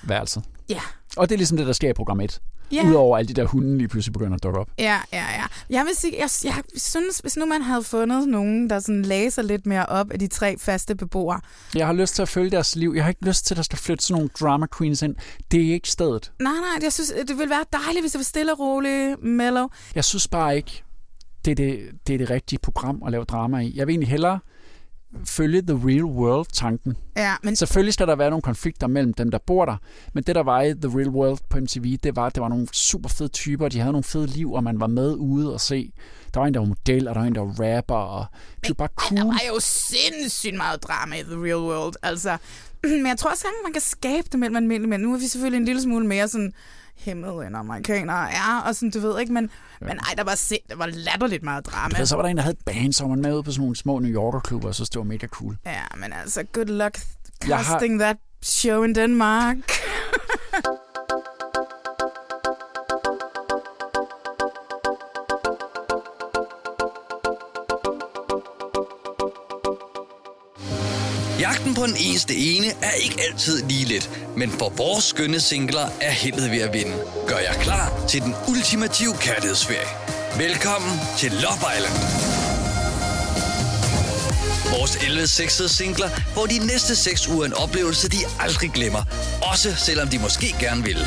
værelset. Ja. Og det er ligesom det, der sker i program 1. Ja. Udover alle de der hunde lige pludselig begynder at dukke op. Ja, ja, ja. Jeg vil sige, jeg, jeg synes, hvis nu man havde fundet nogen, der sådan lagde sig lidt mere op af de tre faste beboere. Jeg har lyst til at følge deres liv. Jeg har ikke lyst til, at der skal flytte sådan nogle drama queens ind. Det er ikke stedet. Nej, nej, jeg synes, det ville være dejligt, hvis det var stille og roligt, mellow. Jeg synes bare ikke, det er det, det, er det rigtige program at lave drama i. Jeg vil egentlig hellere følge the real world-tanken. Ja, men Selvfølgelig skal der være nogle konflikter mellem dem, der bor der, men det, der var i The Real World på MTV, det var, at det var nogle super fede typer, og de havde nogle fede liv, og man var med ude og se. Der var en, der var model, og der var en, der var rapper, og det var bare der cool. var jo sindssygt meget drama i The Real World, altså. Men jeg tror også, at man kan skabe det mellem almindelige mænd. Nu er vi selvfølgelig en lille smule mere sådan hæmmet end amerikanere er, og sådan, du ved ikke, men, ja. men ej, der var, se, der var latterligt meget drama. Du ved, så var der en, der havde et band, så var man med ud på sådan nogle små New Yorker-klubber, og så det var mega cool. Ja, men altså, good luck Jeg har- casting har... that show in Denmark. Jagten på den eneste ene er ikke altid lige let, men for vores skønne singler er heldet ved at vinde. Gør jer klar til den ultimative kærlighedsferie. Velkommen til Love Island. Vores 11 sexede singler får de næste 6 uger en oplevelse, de aldrig glemmer. Også selvom de måske gerne vil.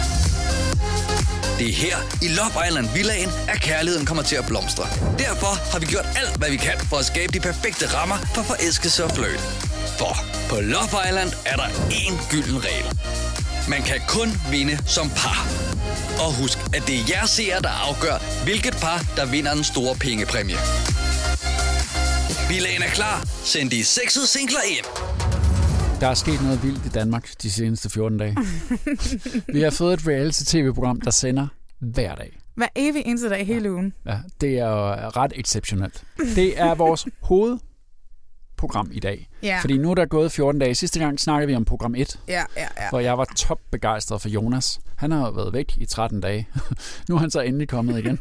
Det er her i Love Island Villaen, at kærligheden kommer til at blomstre. Derfor har vi gjort alt, hvad vi kan for at skabe de perfekte rammer for forelskelse og fløjt. For på Love Island er der én gylden regel. Man kan kun vinde som par. Og husk, at det er jer seere, der afgør, hvilket par, der vinder den store pengepræmie. Villaen er klar. Send de sexede singler ind. Der er sket noget vildt i Danmark de seneste 14 dage. Vi har fået et reality-tv-program, der sender hver dag. Hver evig eneste dag hele ugen. Ja, det er jo ret exceptionelt. Det er vores hovedprogram i dag. Ja. Fordi nu er der gået 14 dage. Sidste gang snakkede vi om program 1, Ja, ja, ja. hvor jeg var topbegejstret for Jonas. Han har jo været væk i 13 dage. nu er han så endelig kommet igen.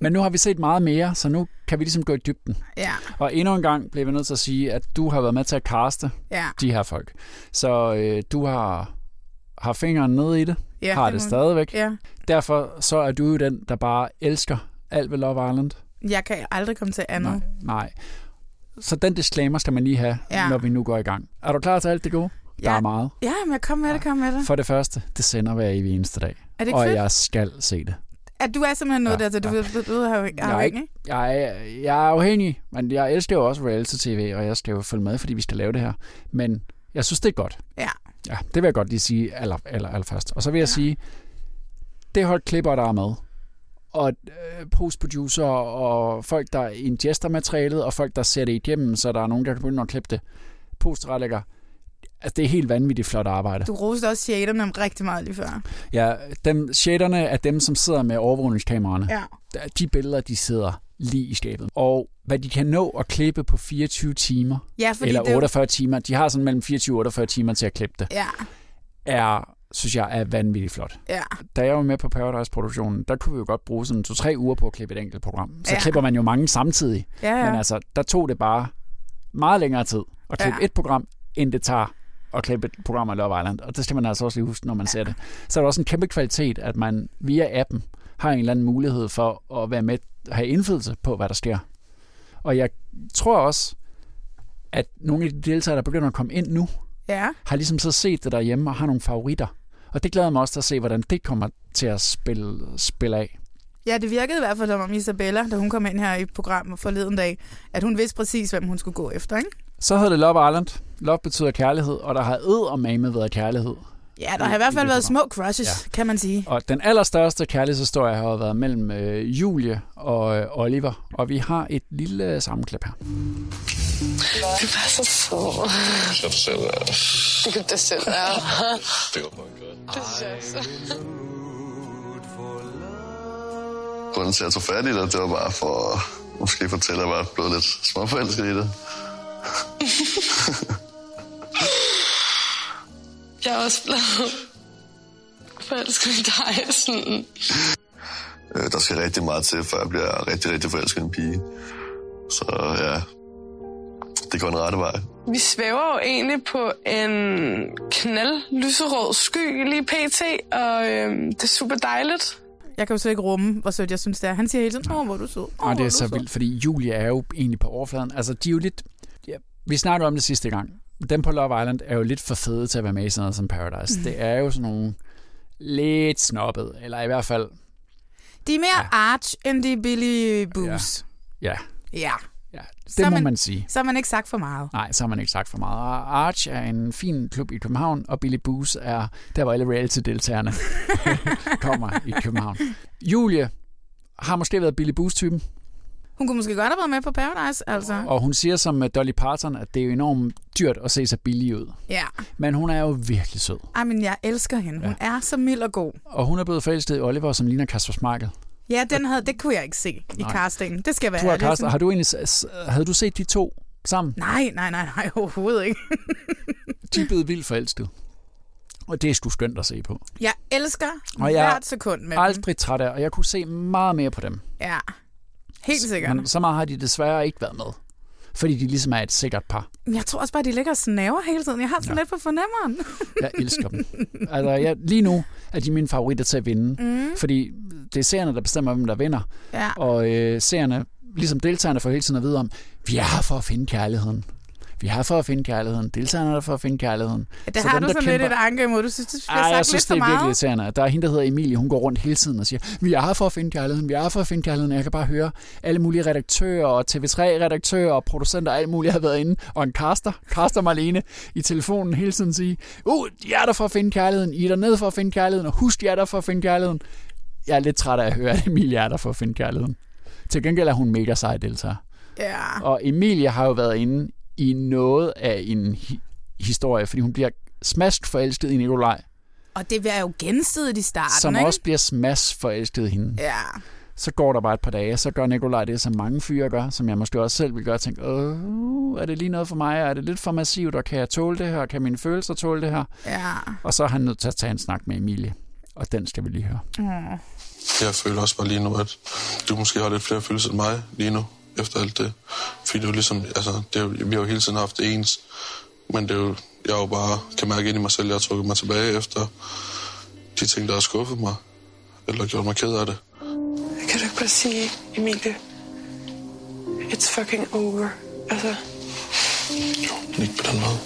Men nu har vi set meget mere, så nu kan vi ligesom gå i dybden. Ja. Og endnu en gang bliver vi nødt til at sige, at du har været med til at kaste Ja. de her folk. Så øh, du har, har fingeren nede i det, Ja, har det det, det må- stadigvæk. ja. Derfor så er du jo den, der bare elsker alt ved Love Island. Jeg kan aldrig komme til andet. Nej. Nej. Så den disclaimer skal man lige have, Ja. ja. når vi nu går i gang. Er du klar til alt det gode? Ja. Der er meget. Ja, men kom med det, kom med det. For det første, det sender hver evig eneste dag. Er det ikke og fedt? jeg skal se det. At du er simpelthen noget ja, der, så du, ja. du, du, du har jo ikke... jeg, er ikke, jeg, er, jeg er afhængig, men jeg elsker jo også reality-tv, og jeg skal jo følge med, fordi vi skal lave det her. Men jeg synes, det er godt. Ja. Ja, det vil jeg godt lige sige aller, aller, aller først. Og så vil jeg sige, det hold klipper, der er med, og øh, postproducer og folk, der ingester materialet, og folk, der ser det igennem, så der er nogen, der kan begynde at klippe det. Postretlægger. Altså, det er helt vanvittigt flot arbejde. Du roste også shaderne om rigtig meget lige før. Ja, dem, shaderne er dem, som sidder med overvågningskameraerne. Ja. Der- De billeder, de sidder lige i skabet. Og hvad de kan nå at klippe på 24 timer, Ja, fordi det er eller jo- 48 timer, de har sådan mellem 24 og 48 timer til at klippe det, Ja, er, synes jeg, er vanvittigt flot. ja. Da jeg var med på Paradise-produktionen, der kunne vi jo godt bruge sådan to-tre uger på at klippe et enkelt program. Så Ja. ja. klipper man jo mange samtidig. Ja, ja. Men altså, der tog det bare meget længere tid at klippe Ja. ja. et program, end det tager at klippe et program af Love Island. Og det skal man altså også lige huske, når man ser det. Så er der også en kæmpe kvalitet, at man via appen har en eller anden mulighed for at være med, have indflydelse på, hvad der sker. Og jeg tror også, at nogle af de deltagere, der begynder at komme ind nu, Ja. har ligesom så set det derhjemme og har nogle favoritter. Og det glæder jeg mig også til at se, hvordan det kommer til at spille, spille af. Ja, det virkede i hvert fald som om Isabella, da hun kom ind her i programmet forleden dag, at hun vidste præcis, hvem hun skulle gå efter, ikke? Så hedder det Love Island. Love betyder kærlighed, og der har ed og mame været kærlighed. Ja, der har i hvert fald været små crushes, ja. kan man sige. Og den allerstørste kærlighedshistorie har jo været mellem øh, Julie og øh, Oliver, og vi har et lille sammenklip her. Du er bare så sød. Jeg selv er Det kunne du da selv være. det var meget godt. Det synes jeg også. Grunden til, at jeg tog fat i det, det var bare for at måske fortælle, at jeg var blevet lidt småforelsket i det. Jeg er også blevet forelsket i dig. Sådan. Øh, Der skal rigtig meget til, før jeg bliver rigtig, rigtig forelsket i en pige. Så ja, det går en rette vej. Vi svæver jo egentlig på en knald lyserød sky lige pt, og øhm, det er super dejligt. Jeg kan jo slet ikke rumme, hvor sødt jeg synes, det er. Han siger hele tiden, åh, hvor er du sød. Og det er så vildt, fordi Julie er jo egentlig på overfladen. Altså, de er jo lidt... Ja, vi snakkede om det sidste gang. Dem på Love Island er jo lidt for fede til at være med i sådan noget som Paradise. Mm. Det er jo sådan nogle lidt snobbet, eller i hvert fald... De er mere ja. arch, end de er Billy Boos. Ja, Ja. ja. ja det Så er må man- man sige. Så har man ikke sagt for meget. Nej, så har man ikke sagt for meget. Og Arch er en fin klub i København, og Billy Boos er der, hvor alle reality-deltagerne kommer i København. Julie har måske været Billy Boos-typen, Hun kunne måske godt have været med på Paradise, altså. Og hun siger som øh, Dolly Parton, at det er jo enormt dyrt at se så billig ud. Ja. Men hun er jo virkelig sød. Ej, men jeg elsker hende. Hun er så mild og god. Og hun er blevet forelsket i Oliver, som ligner Kasper Smarkel. Ja, den havde, det kunne jeg ikke se i Nej. castingen. Det skal være Du har, ærlig, Carsten, sådan- har du egentlig, s- s- havde du set de to sammen? Nej, nej, nej, nej, overhovedet ikke. De er blevet vildt forelskede. Og det er sgu skønt at se på. Jeg elsker Og jeg hvert sekund med er aldrig træt af, og jeg kunne se meget mere på dem. dem. Ja, helt sikkert. Men så meget har de desværre ikke været med. Fordi de ligesom er et sikkert par. Men jeg tror også bare, de ligger og snaver hele tiden. Jeg har sådan ja. lidt på fornemmeren. Jeg elsker dem. Altså, jeg, lige nu er de mine favoritter til at vinde. Mm. Fordi det er seerne, der bestemmer, hvem der vinder. Ja. Og øh, seerne, ligesom deltagerne, får hele tiden at vide om, vi er her for at finde kærligheden. Vi er her for at finde kærligheden. Deltagerne er der for at finde kærligheden. Det har dem, du der sådan lidt et anke imod. Du synes, det bliver Ej, sagt jeg lidt synes, for det er meget. virkelig irriterende. Der er hende, der hedder Emilie, hun går rundt hele tiden og siger, vi er her for at finde kærligheden, vi er her for at finde kærligheden. Og Jeg kan bare høre, alle mulige redaktører og TV3-redaktører og producenter og alt muligt har været inde, og en caster, caster Marlene, i telefonen hele tiden sige, uh, jeg er der for at finde kærligheden, I er dernede for at finde kærligheden, og husk, jeg er der for at finde kærligheden. Jeg er lidt træt af at høre, at Emilie er der for at finde kærligheden. Til gengæld er hun mega sej deltager. Ja. Og Emilie har jo været inde i noget af en hi- historie, fordi hun bliver smashed forelsket i Nikolaj Og det var jo gensidigt i starten, som ikke? også bliver smash forelsket i hende. Ja. Så går der bare et par dage, så gør Nikolaj det, som mange fyre gør, som jeg måske også selv vil gøre, og tænke, Åh, er det lige noget for mig, og er det lidt for massivt, og kan jeg tåle det her, og kan mine følelser tåle det her? Ja. Og så er han nødt til at tage en snak med Emilie, og den skal vi lige høre. Mm. Jeg føler også bare lige nu, at du måske har lidt flere følelser end mig lige nu, efter alt det. Fordi det er jo ligesom, altså, det er, jo- vi har jo hele tiden haft det ens. Men det er jo, jeg er jo bare kan mærke ind i mig selv, jeg har trukket mig tilbage efter de ting, der har skuffet mig. Eller gjort mig ked af det. Kan du ikke bare sige, Emilie, it's fucking over? Altså, Ikke på den måde.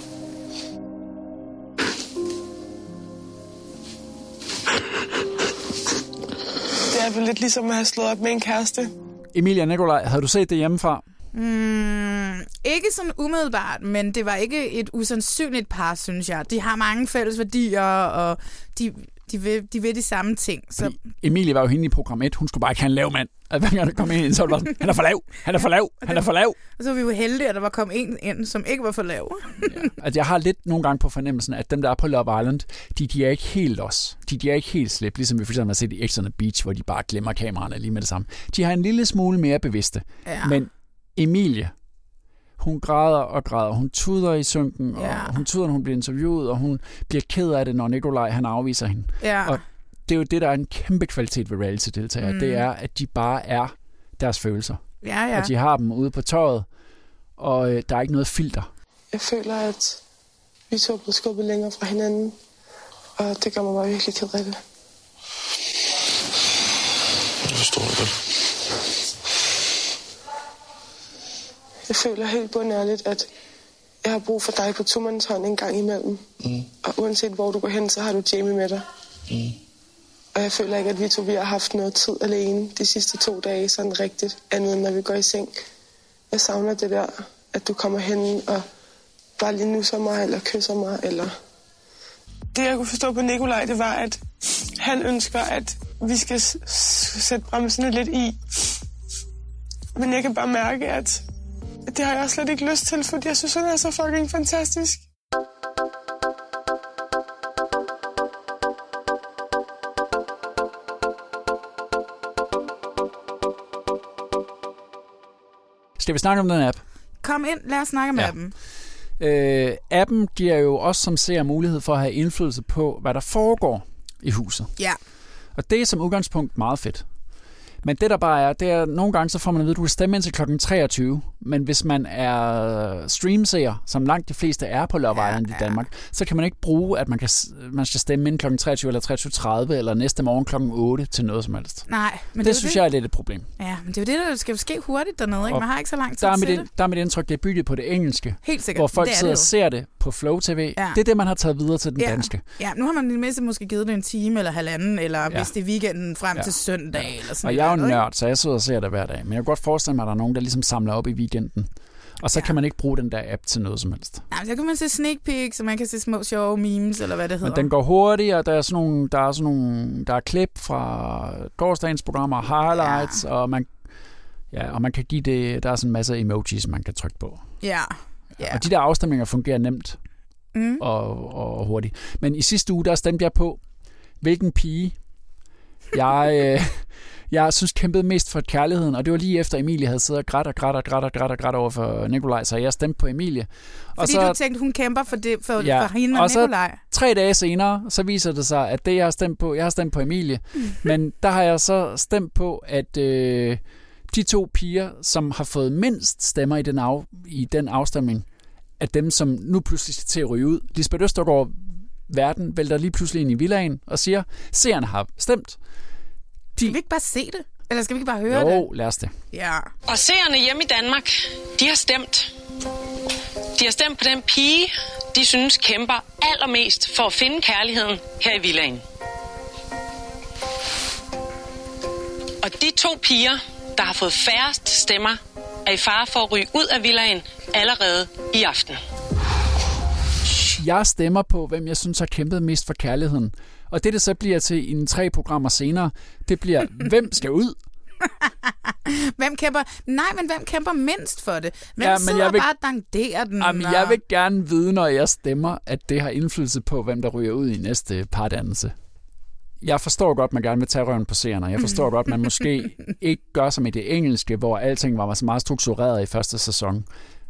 det er vel lidt ligesom at have slået op med en kæreste. Emilie og Nikolaj, havde du set det hjemmefra? Mm, ikke sådan umiddelbart, men det var ikke et usandsynligt par, synes jeg. De har mange fælles værdier, og de, de, vil, de vil de samme ting. Så Emilie var jo hende i program 1, hun skulle bare ikke have en lav mand. At hver gang der kom ind, så var det bare sådan, han er for lav, han er for lav, han er for lav. Og så var vi jo heldige, at der var kommet en ind, som ikke var for lav. at Altså, jeg har lidt nogle gange på fornemmelsen, at dem, der er på Love Island, de, de er ikke helt os. De, de er ikke helt slip, ligesom vi for eksempel har set i X on the Beach, hvor de bare glemmer kameraerne lige med det samme. De har en lille smule mere bevidste. Ja. Men Emilie, hun græder og græder. Hun tuder i synken, Ja. og hun tuder, når hun bliver interviewet, og hun bliver ked af det, når Nikolaj han afviser hende. Ja. Og det er jo det, der er en kæmpe kvalitet ved reality-deltagere. Mm. Mm. Det er, at de bare er deres følelser. Ja, ja. Og de har dem ude på tøjet, og øh, der er ikke noget filter. Jeg føler, at vi to er blevet skubbet længere fra hinanden, og det gør mig bare virkelig ked af det. Jeg forstår det godt. Jeg føler helt bundærligt, at jeg har brug for dig på tomandshånd en gang imellem. Mm. Og uanset hvor du går hen, så har du Jamie med dig. Mm. Og jeg føler ikke, at vi to vi har haft noget tid alene de sidste to dage, sådan rigtigt, andet end når vi går i seng. Jeg savner det der, at du kommer hen og bare lige nusser mig, eller kysser mig, eller... Det, jeg kunne forstå på Nikolaj, det var, at han ønsker, at vi skal s- s- sætte bremsene lidt i. Men jeg kan bare mærke, at det har jeg også slet ikke lyst til, fordi jeg synes, han er så fucking fantastisk. Skal vi snakke om den app? Kom ind, lad os snakke med ja. dem. Øh, appen giver jo også som ser mulighed for at have indflydelse på, hvad der foregår i huset. Ja. Og det er som udgangspunkt meget fedt. Men det der bare er, det er, at nogle gange så får man at vide, at du kan stemme ind til kl. 23, men hvis man er streamseer, som langt de fleste er på Love Island ja, i Danmark, så kan man ikke bruge, at man, kan, s- man skal stemme ind kl. 23 eller 23.30 eller næste morgen kl. 8 til noget som helst. Nej, men det Men det, er jo det synes det. jeg er lidt et problem. Ja, men det er jo det, der skal ske hurtigt dernede, ikke? Man Og har ikke så lang tid der er, til mit, det. ind- der er mit indtryk, det er bygget på det engelske. Helt sikkert. Hvor folk Det er sidder det jo. og ser det på Flow TV. Ja. Det er det, man har taget videre til den ja. danske. Ja, nu har man i det mindste måske givet det en time eller halvanden, eller ja. Ja. hvis det er weekenden frem ja. Ja. til søndag, ja. eller sådan Og jeg er jo noget, en ikke? nørd, så jeg sidder og ser det hver dag. Men jeg kunne godt forestille mig, at der er nogen, der ligesom samler op i weekenden. Og så ja. kan man ikke bruge den der app til noget som helst. Nej, men så kan man se sneak peeks, og man kan se små sjove memes, eller hvad det hedder. Men den går hurtigt, og der er sådan nogle, der er sådan nogle, der er klip fra gårdsdagens programmer, highlights, ja. og man, Ja, og man kan give det, der er sådan en masse emojis, man kan trykke på. Ja. ja. Og de der afstemninger fungerer nemt Mm. og, og hurtigt. Men i sidste uge, der stemte jeg på, hvilken pige jeg, øh, jeg synes kæmpede mest for kærligheden. Og det var lige efter, Emilie havde siddet og grædt og grædt og grædt og grædt og grædt over for Nikolaj, så jeg stemte på Emilie. Og Fordi så, du tænkte, hun kæmper for, det, for, ja. for hende og, og så Nikolaj. tre dage senere, så viser det sig, at det, jeg har stemt på, jeg har stemt på Emilie, Mm. men der har jeg så stemt på, at øh, de to piger, som har fået mindst stemmer i den, af, i den afstemning, er dem, som nu pludselig skal til at ryge ud. Lisbeth Østergaard verden vælter lige pludselig ind i villaen og siger, seerne har stemt. De... Skal vi ikke bare se det? Eller skal vi ikke bare høre jo, det? Jo, lad os det. Ja. Og seerne hjemme i Danmark, de har stemt. De har stemt på den pige, de synes kæmper allermest for at finde kærligheden her i villaen. Og de to piger, der har fået færrest stemmer, er i fare for at ryge ud af villaen allerede i aften. Jeg stemmer på, hvem jeg synes har kæmpet mest for kærligheden. Og det, det så bliver til i en tre programmer senere, det bliver, hvem skal ud? Hvem kæmper... Nej, men hvem kæmper mindst for det? Hvem Ja, ja, men sidder jeg vil- bare og danderer den? Jamen, og- jeg vil gerne vide, når jeg stemmer, at det har indflydelse på, hvem der ryger ud i næste pardannelse. Jeg forstår godt, man gerne vil tage røven på seerne. Jeg forstår godt, man måske ikke gør som i det engelske, hvor alting var så meget struktureret i første sæson.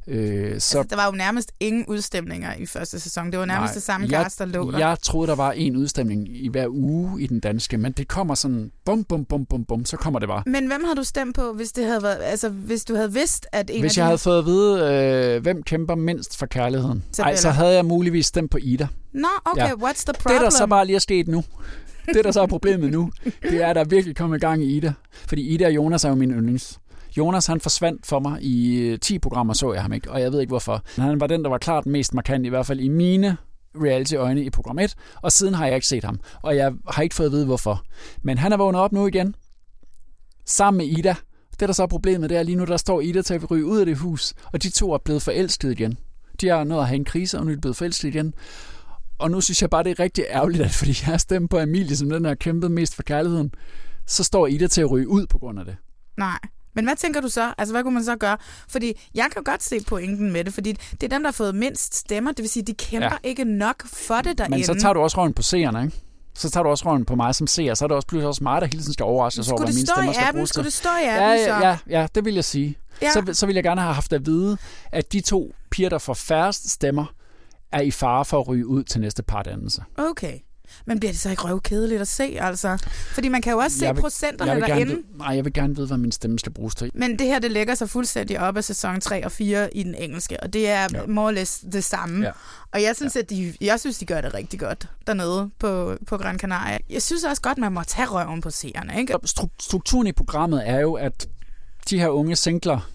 Øh, så Der var jo nærmest ingen udstemninger i første sæson. Det var nærmest Nej, Nej, det samme jeg, cast, der lå der. Jeg troede, der var en udstemning i hver uge i den danske, men det kommer sådan, bum, bum, bum, bum, bum, så kommer det bare. Men hvem har du stemt på, hvis, det havde været, altså, hvis du havde vidst, at en af Hvis de... jeg havde fået at vide, øh, hvem kæmper mindst for kærligheden, Ej, så Isabella. havde jeg muligvis stemt på Ida. Nå, okay, what's the Det, der så problem? bare lige er sket nu, det, der så er problemet nu, det er, at der virkelig kommet gang i Ida. Fordi Ida og Jonas er jo min yndlings. Jonas, han forsvandt for mig. I øh, 10 programmer så jeg ham ikke, og jeg ved ikke hvorfor. Men han var den, der var klart mest markant, i hvert fald i mine reality-øjne i program 1, og siden har jeg ikke set ham, og jeg har ikke fået at vide hvorfor. Men han er vågnet op nu igen, sammen med Ida. Det, der så er problemet, det er lige nu, der står Ida til at ryge ud af det hus, og de to er blevet forelsket igen. De har nået at have en krise, og nu er de blevet forelsket igen. Og nu synes jeg bare, det er rigtig ærgerligt, at fordi jeg har stemt på Emilie, som den der har kæmpet mest for kærligheden, så står Ida til at ryge ud på grund af det. Nej. Men hvad tænker du så? Altså, hvad kunne man så gøre? Fordi jeg kan jo godt se pointen med det, fordi det er dem, der har fået mindst stemmer. Det vil sige, de kæmper ja. ikke nok for det derinde. Men så tager du også røven på seerne, ikke? Så tager du også røven på mig som seer, så er det også pludselig også mig, der hele tiden skal overraskes over, Skulle hvad det mine stå i stemmer skal appen? bruges til. Skulle det stå i ja, appen, ja, så? ja, ja, det vil jeg sige. Ja. Ja. Så, så vil jeg gerne have haft at vide, at de to piger, der får færrest stemmer, er i fare for at ryge ud til næste pardannelse. Okay. Men bliver det så ikke røvkedeligt at se, altså? Fordi man kan jo også se Jeg vil- procenterne jeg vil gerne derinde. vide- Nej, jeg vil gerne vide, hvad min stemme skal bruges til. Men det her, det lægger sig fuldstændig op af sæson 3 og 4 i den engelske, og det er ja. more or less det samme. Ja. Ja. Og jeg synes, ja. at de, jeg synes, de gør det rigtig godt dernede på, på Gran Canaria. Jeg synes også godt, man må tage røven på seerne, ikke? Stru- strukturen i programmet er jo, at de her unge singler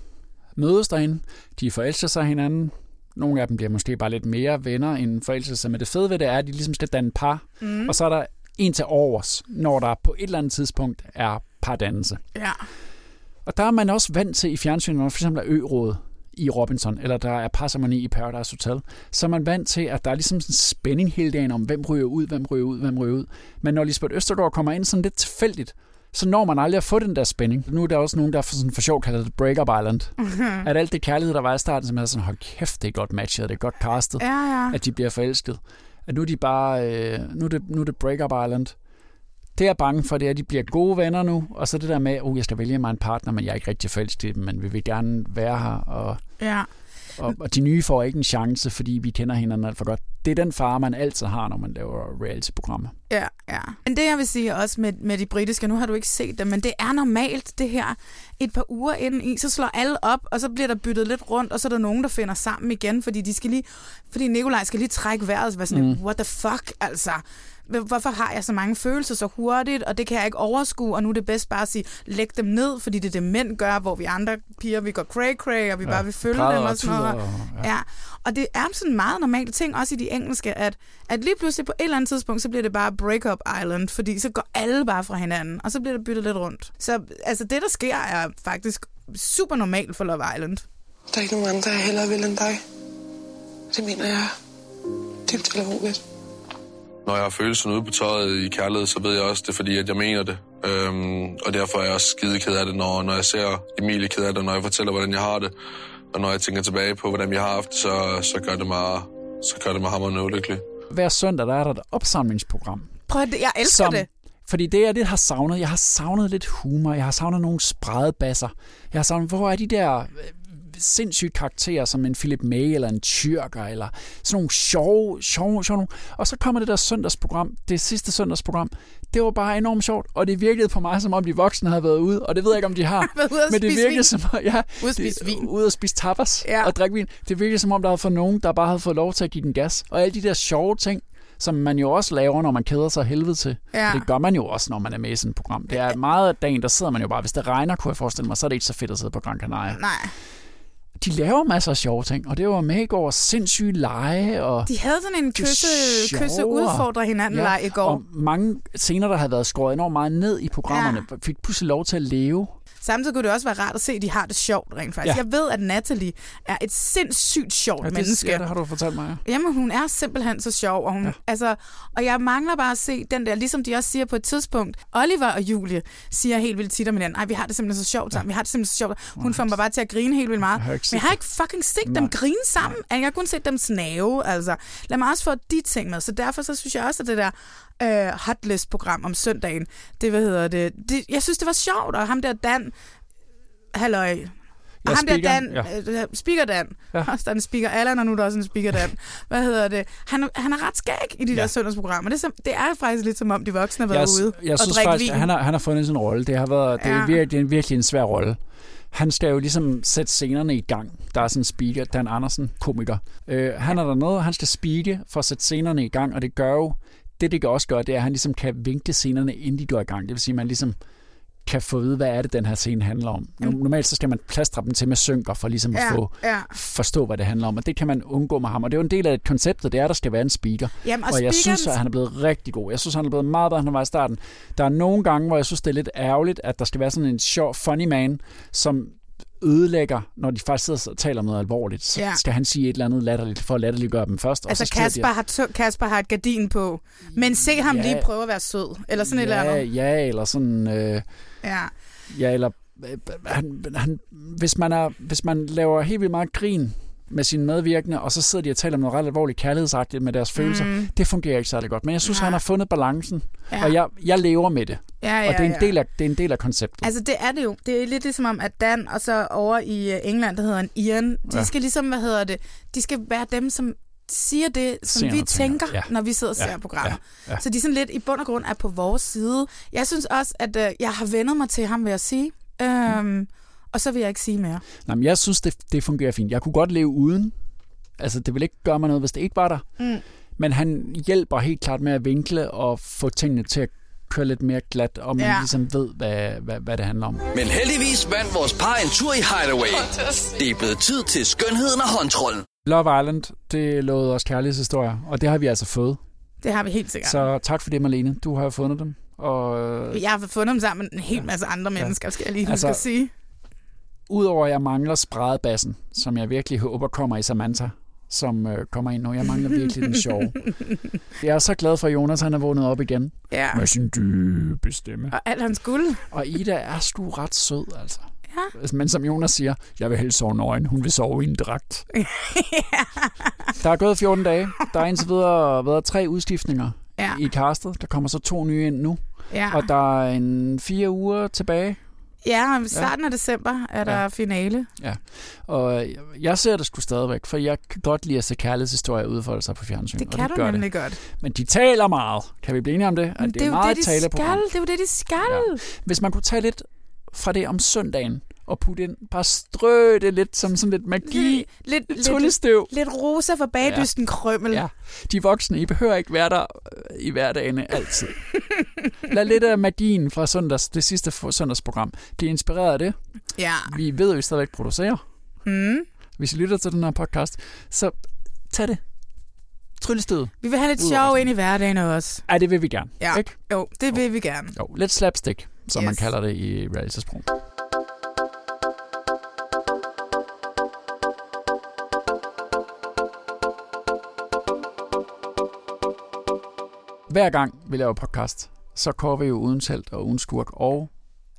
mødes derinde, de forelsker sig hinanden, nogle af dem bliver måske bare lidt mere venner end forelsker sig, men det fede ved det er, at de ligesom skal danne par, Mm. mm. og så er der en til overs, når der på et eller andet tidspunkt er pardannelse. Ja. Og der er man også vant til i fjernsynet, når der for eksempel er øråd i Robinson, eller der er parsamoni i Paradise Hotel, så er man vant til, at der er ligesom sådan en spænding hele dagen om, hvem ryger ud, hvem ryger ud, hvem ryger ud. Men når Lisbeth Østergaard kommer ind sådan lidt tilfældigt, så når man aldrig at få den der spænding. Nu er der også nogen, der for, sådan for sjov kalder det Breakup Island. Mm. At alt det kærlighed, der var i starten, som havde sådan, hold kæft, det er godt matchet, det er godt castet, Ja, ja. at de bliver forelsket. At nu er de bare, øh, nu er det, nu er det Breakup Island. Det jeg er bange for, det er, at de bliver gode venner nu, og så det der med, oh, jeg skal vælge mig en partner, men jeg er ikke rigtig forelsket i dem, men vi vil gerne være her, og, Ja. og, og de nye får ikke en chance, fordi vi kender hinanden alt for godt. Det er den fare, man altid har, når man laver reality-programmer. Ja, ja. Men det jeg vil sige også med, med de britiske, nu har du ikke set dem, men det er normalt det her. Et par uger inden i, så slår alle op, og så bliver der byttet lidt rundt, og så er der nogen, der finder sammen igen, fordi de skal lige, fordi Nikolaj skal lige trække vejret og være sådan, mm. Mm. what the fuck, altså. Hvor- Hvorfor har jeg så mange følelser så hurtigt, og det kan jeg ikke overskue, og nu er det bedst bare at sige, læg dem ned, fordi det er det mænd gør, hvor vi andre piger, vi går cray-cray, og vi Ja, bare vil følge græder dem og og sådan noget. tuder og- ja. Ja, og det er sådan meget normale ting, også i de engelske, at, at lige pludselig på et eller andet tidspunkt, så bliver det bare break-up island, fordi så går alle bare fra hinanden, og så bliver der byttet lidt rundt. Så altså, det, der sker, er faktisk super normalt for Love Island. Der er ikke nogen andre, jeg hellere vil end dig. Det mener jeg dybt alvorligt. Når jeg har følelsen ude på tøjet i kærlighed, så ved jeg også det, er fordi at jeg mener det. Øhm, og derfor er jeg også skide ked af det, når, når jeg ser Emilie ked af det, og når jeg fortæller, hvordan jeg har det. Og når jeg tænker tilbage på, hvordan jeg har haft det, så, så gør det mig, så gør det mig hammerende ulykkelig. Hver søndag, der er der et opsamlingsprogram. Prøv at, jeg elsker som, det. Fordi det, jeg lidt har savnet, jeg har savnet lidt humor, jeg har savnet nogle spredbasser. Jeg har savnet, hvor er de der øh, sindssygt karakterer, som en Philip May eller en Tyrker, eller sådan nogle sjove, sjove, sjove nogle. Og så kommer det der søndagsprogram, det sidste søndagsprogram. Det var bare enormt sjovt, og det virkede på mig, som om de voksne havde været ude, og det ved jeg ikke, om de har. Været ude at men det spise virkede vin. som om, ja, Ude at det- spise vin. Ude at spise tapas ja. og drikke vin. Det virkede som om, der havde fået nogen, der bare havde fået lov til at give den gas. Og alle de der sjove ting, som man jo også laver, når man keder sig af helvede til. Ja. For Det gør man jo også, når man er med i sådan et program. Det er meget af dagen, der sidder man jo bare. Hvis det regner, kunne jeg forestille mig, så er det ikke så fedt at sidde på Gran Canaria. Nej. De laver masser af sjove ting, og det var med i går sindssyge lege. Og De havde sådan en Det er kysse, sjovere. kysse udfordre hinanden ja. leg i går. Og mange scener, der havde været skåret enormt meget ned i programmerne, ja. fik pludselig lov til at leve. Samtidig kunne det også være rart at se, at de har det sjovt rent faktisk. Ja. Ja. Jeg ved, at Natalie er et sindssygt sjovt Ja, det- menneske. ja, det har du fortalt mig, Ja. Jamen, hun er simpelthen så sjov. Og, hun, ja. altså, og jeg mangler bare at se den der, ligesom de også siger på et tidspunkt, Oliver og Julie siger helt vildt tit om hinanden, nej, vi har det simpelthen så sjovt sammen, ja. vi har det simpelthen så sjovt. Hun får mig bare til at grine helt vildt meget. Jeg har ikke Men jeg set har det. ikke fucking set dem Nej. grine sammen. Jeg har kun set dem snave. Altså. Lad mig også få de ting med. Så derfor så synes jeg også, at det der øh, hotlist-program om søndagen, det, hvad hedder det, det, jeg synes, det var sjovt. Og ham der Dan, halløj, og Ja, ham der speakeren, Dan, ja. ja. speaker Dan, ja. også der er en speaker Allan, og nu er der også en speaker Dan. Hvad hedder det? Han, han er ret skæg i de ja. der søndagsprogrammer. Det er, som, det er faktisk lidt som om, de voksne har været ude jeg og synes drikke faktisk, vin. at han har, han har fundet sin rolle. Det har været det Ja. er virkelig, en, virkelig en svær rolle. Han skal jo ligesom sætte scenerne i gang. Der er sådan en speaker, Dan Andersen, komiker. Øh, han er dernede, og han skal speake for at sætte scenerne i gang, og det gør jo, det det kan også gøre, det er, at han ligesom kan vinkle scenerne, inden de går i gang. Det vil sige, at man ligesom kan få at vide, hvad er det, den her scene handler om. Nu- Normalt så skal man plastre dem til med synker, for ligesom at Ja, få, ja. forstå, hvad det handler om. Og det kan man undgå med ham. Og det er jo en del af konceptet, det er, at der skal være en speaker. Jamen, og og jeg speakeren- synes, at han er blevet rigtig god. Jeg synes, han er blevet meget bedre, end han var i starten. Der er nogle gange, hvor jeg synes, det er lidt ærgerligt, at der skal være sådan en sjov, funny man, som ødelægger, når de faktisk sidder og taler om noget alvorligt. Så Ja. ja. skal han sige et eller andet latterligt, for at latterliggøre dem først. Altså og så Kasper styrer de- har, to, Kasper har et gardin på, men se ham Ja. lige prøve at være sød, eller sådan et ja, eller andet. Ja, eller sådan... Øh, Ja. Ja, eller øh, han, han, hvis, man er, hvis man laver helt vildt meget grin med sine medvirkende, og så sidder de og taler om noget ret alvorligt kærlighedsagtigt med deres følelser, Mm. det fungerer ikke særlig godt. Men jeg synes, han har fundet balancen, Ja. og jeg, jeg lever med det. Ja, ja, og det er, en ja. del af, det er en del af konceptet. Altså det er det jo. Det er lidt ligesom om, at Dan og så over i øh, England, der hedder en Ian, de Ja. ja. skal ligesom, hvad hedder det, de skal være dem, som siger det, som Seerne vi tænker, tænker. Ja. ja. når vi sidder og Ja. ser programmet. Ja. Ja. Ja. Ja. Så de sådan lidt i bund og grund er på vores side. Jeg synes også, at øh, jeg har vendet mig til ham, vil jeg sige. Øhm, Og så vil jeg ikke sige mere. Nej, men jeg synes, det, det fungerer fint. Jeg kunne godt leve uden. Altså, det ville ikke gøre mig noget, hvis det ikke var der. Mm. Men han hjælper helt klart med at vinkle og få tingene til at køre lidt mere glat, og man Ja. ja. ligesom ved, hvad, hvad, hvad det handler om. Men heldigvis vandt vores par en tur i Hideaway. Åh, det Det er blevet tid til skønheden og håndtrollen. Love Island, det lovede os kærlighedshistorier, og det har vi altså fået. Det har vi helt sikkert. Så tak for det, Marlene. Du har jo fundet dem. Og øh, Jeg har fundet dem sammen med en hel masse andre mennesker, skal jeg lige huske Altså- altså, at sige. udover at jeg mangler spredbassen, som jeg virkelig håber kommer i Samantha, som øh, kommer ind nu. Jeg mangler virkelig den sjove. Jeg er så glad for, at Jonas han er vågnet op igen. Ja. Med sin dybe stemme. Og alt hans guld. Og Ida er sgu ret sød, altså. Ja. Men som Jonas siger, jeg vil helst sove nøgen. Hun vil sove i en dragt. ja. Der er gået 14 dage. Der er indtil videre været tre udskiftninger Ja. i castet. Der kommer så to nye ind nu. Ja. Og der er en fire uger tilbage. Ja, og i starten af december er der Ja. ja. finale. Ja. Og øh, jeg ser det sgu stadigvæk, for jeg kan godt lide at se kærlighedshistorier udfolde sig på fjernsyn. Det og kan det du gør nemlig det. godt. Men de taler meget. Kan vi blive enige om det? At Men det, er meget det, et de taleprogram. skal. Det er jo det, de skal. Ja. Hvis man kunne tage lidt fra det om søndagen og putte ind, bare strø det lidt som sådan lidt magi. Lidt, lidt, Tullestøv. Lidt, lidt rosa for bagdysten ja. krømmel. Ja. De voksne, I behøver ikke være der øh, i hverdagene altid. Lad lidt af magien fra søndags, det sidste for- søndagsprogram blive inspireret af det. ja. Vi ved jo, I stadigvæk producerer. Mm. Hvis I lytter til den her podcast, så tag det. Tryllestød. Vi vil have lidt Ud over sjov ind i hverdagen også. Ja, det vil vi gerne. Ja. Jo, det vil vi gerne. Jo, lidt slapstick, som yes. man Yes. kalder det i realitetsprog. Hver gang vi laver podcast, så kører vi jo uden telt og uden skurk. Og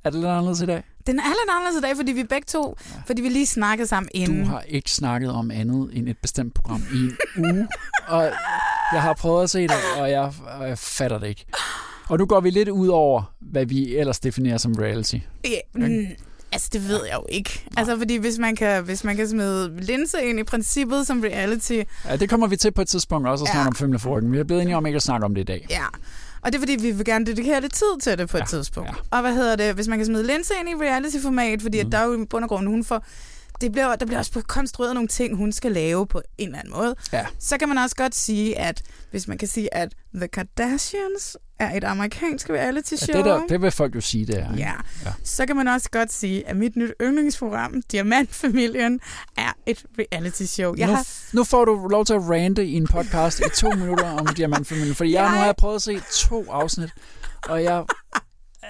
er det lidt anderledes i dag? Den er lidt anderledes i dag, fordi vi begge to, ja. fordi vi lige snakkede sammen inden. Du har ikke snakket om andet end et bestemt program i en uge. Og jeg har prøvet at se det, og jeg, og jeg fatter det ikke. Og nu går vi lidt ud over, hvad vi ellers definerer som reality. Ja, mm, altså det ved jeg jo ikke. Altså fordi hvis man kan, hvis man kan smide linse ind i princippet som reality. Ja, det kommer vi til på et tidspunkt også at snakke ja. om Fimleforken. Vi er blevet enige om ikke at snakke om det i dag. Ja. Og det er fordi, vi vil gerne dedikere lidt tid til det på et ja, tidspunkt. Ja. Og hvad hedder det, hvis man kan smide linse ind i reality-format, fordi mm. at der er jo i bund og grund, hun får... Det bliver, der bliver også konstrueret nogle ting, hun skal lave på en eller anden måde. Ja. Så kan man også godt sige, at hvis man kan sige, at The Kardashians er et amerikansk reality show. Ja, det, der, det vil folk jo sige, det er. Ja. ja. Så kan man også godt sige, at mit nyt yndlingsprogram, Diamantfamilien, er et reality show. Jeg nu, har... nu får du lov til at rante i en podcast i to minutter om Diamantfamilien, fordi jeg, jeg nu har jeg prøvet at se to afsnit, og jeg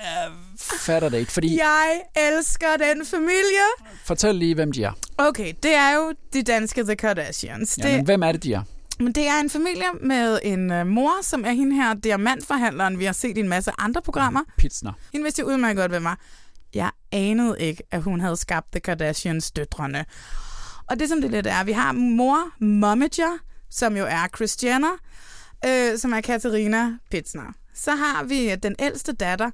jeg fatter det ikke, fordi... Øh, Jeg elsker den familie. Fortæl lige, hvem de er. Okay, det er jo de danske The Kardashians. Ja, det... men hvem er det, de er? Men det er en familie med en øh, mor, som er hende her diamantforhandleren, vi har set i en masse andre programmer. Pitsner. Hende vidste jo udmærket godt, hvem var. Jeg anede ikke, at hun havde skabt The Kardashians døtrene. Og det som det lidt er, vi har mor Momager, som jo er Christiana, øh, som er Katarina Pitsner. Så har vi øh, den ældste datter,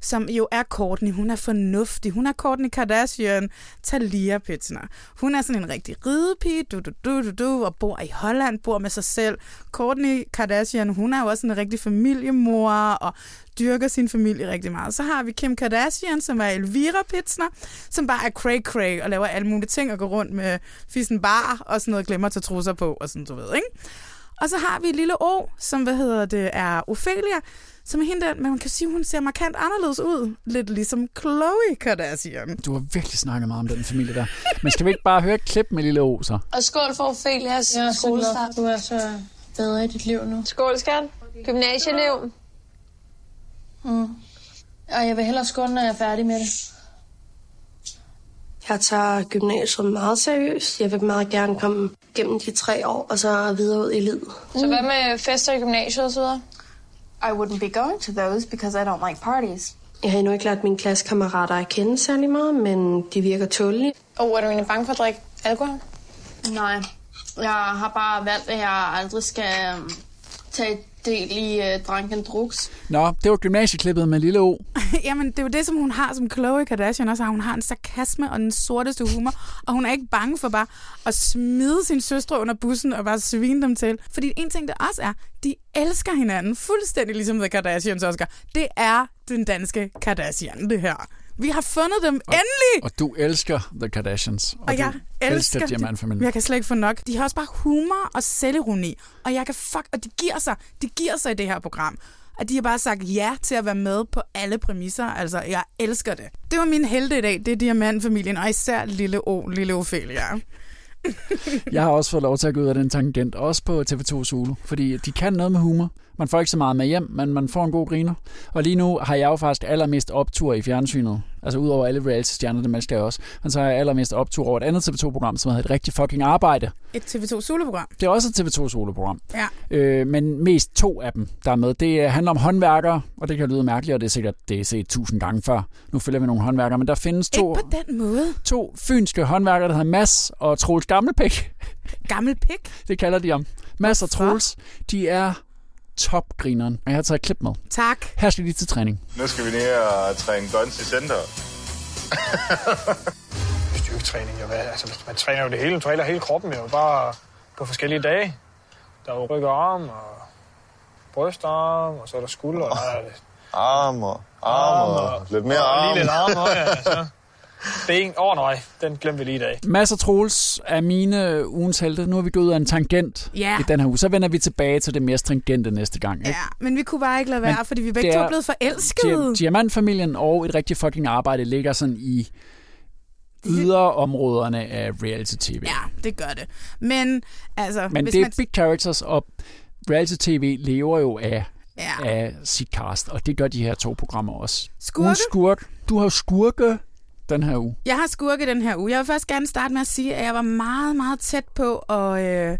som jo er Kourtney. Hun er fornuftig. Hun er Kourtney Kardashian, Talia Pitsner. Hun er sådan en rigtig ridepige, du, du, du, du, du, og bor i Holland, bor med sig selv. Kourtney Kardashian, hun er jo også en rigtig familiemor, og dyrker sin familie rigtig meget. Så har vi Kim Kardashian, som er Elvira Pitsner, som bare er cray-cray og laver alle mulige ting og går rundt med fissen bar og sådan noget, glemmer at tage trusser på og sådan, du ved, ikke? Og så har vi lille O, som hvad hedder det, er Ophelia, som er hende der, men man kan sige, hun ser markant anderledes ud. Lidt ligesom Chloe Kardashian. Du har virkelig snakket meget om den familie der. Men skal vi ikke bare høre et klip med lille O så? Og skål for Ophelias ja, skolestart. Du er så bedre i dit liv nu. Skål, skat. Gymnasieelev. Mm. Og jeg vil hellere skåle, når jeg er færdig med det. Jeg tager gymnasiet meget seriøst. Jeg vil meget gerne komme gennem de tre år, og så videre ud i livet. Mm. Så hvad med fester i gymnasiet og så videre? I wouldn't be going to those because I don't like parties. Jeg har endnu ikke lært mine klassekammerater at kende særlig meget, men de virker tålige. Og oh, er du egentlig bange for at drikke alkohol? Nej. Jeg har bare valgt, at jeg aldrig skal øhm, tage del i uh, Drunken Drugs. Nå, det var gymnasieklippet med Lille O. Jamen, det er jo det, som hun har, som Chloe Kardashian også har. Hun har en sarkasme og den sorteste humor, og hun er ikke bange for bare at smide sin søstre under bussen og bare svine dem til. Fordi en ting, der også er, de elsker hinanden, fuldstændig ligesom The Kardashians også gør. Det er den danske Kardashian, det her. Vi har fundet dem, og, endelig! Og du elsker The Kardashians. Og, og jeg elsker, elsker Diamantfamilien. Jeg kan slet ikke få nok. De har også bare humor og selvironi. Og jeg kan fuck... Og de giver sig. De giver sig i det her program. Og de har bare sagt ja til at være med på alle præmisser. Altså, jeg elsker det. Det var min helte i dag. Det er Diamantfamilien. Og især Lille O, Lille Ophelia. jeg har også fået lov til at gå ud af den tangent, også på TV2 Zulu, fordi de kan noget med humor. Man får ikke så meget med hjem, men man får en god griner. Og lige nu har jeg jo faktisk allermest optur i fjernsynet. Altså udover alle reality-stjerner, det mennesker jeg også. Men så har jeg allermest optur over et andet TV2-program, som hedder Et Rigtig Fucking Arbejde. Et TV2 Solo-program? Det er også et TV2 Solo-program. Ja. Øh, men mest to af dem, der er med. Det handler om håndværkere, og det kan lyde mærkeligt, og det er sikkert det er set tusind gange før. Nu følger vi nogle håndværkere, men der findes to... Ikke på den måde. To fynske håndværkere, der hedder Mass og Troels Gammelpæk. Gammelpæk? det kalder de om. Mass og Troels, de er topgrineren, og jeg har taget klip med. Tak. Her skal vi til træning. Nu skal vi ned og træne guns i center. Styrketræning, jo hvad? Altså, man træner jo det hele, man træner hele kroppen jo, bare på forskellige dage. Der er jo ryggarm og brystarm, og så er der skulder. Og der er det. Arm og arm, og lidt mere arm. Og lige lidt arm også, ja. Så. Ben, åh oh, nej, den glemte vi lige i dag. Masser Troels af mine ugens helte. Nu er vi gået ud af en tangent yeah. i den her uge. Så vender vi tilbage til det mere stringente næste gang. Ikke? Ja, men vi kunne bare ikke lade være, men fordi vi begge to er blevet forelskede. Di- diamantfamilien og et rigtig fucking arbejde ligger sådan i ydre områderne af reality-tv. Ja, det gør det. Men, altså, men hvis det er man... big characters, og reality-tv lever jo af Ja. af sit cast, og det gør de her to programmer også. Skurke? Hun skurk. Du har skurke den her uge? Jeg har skurke den her uge. Jeg vil først gerne starte med at sige, at jeg var meget, meget tæt på at, øh,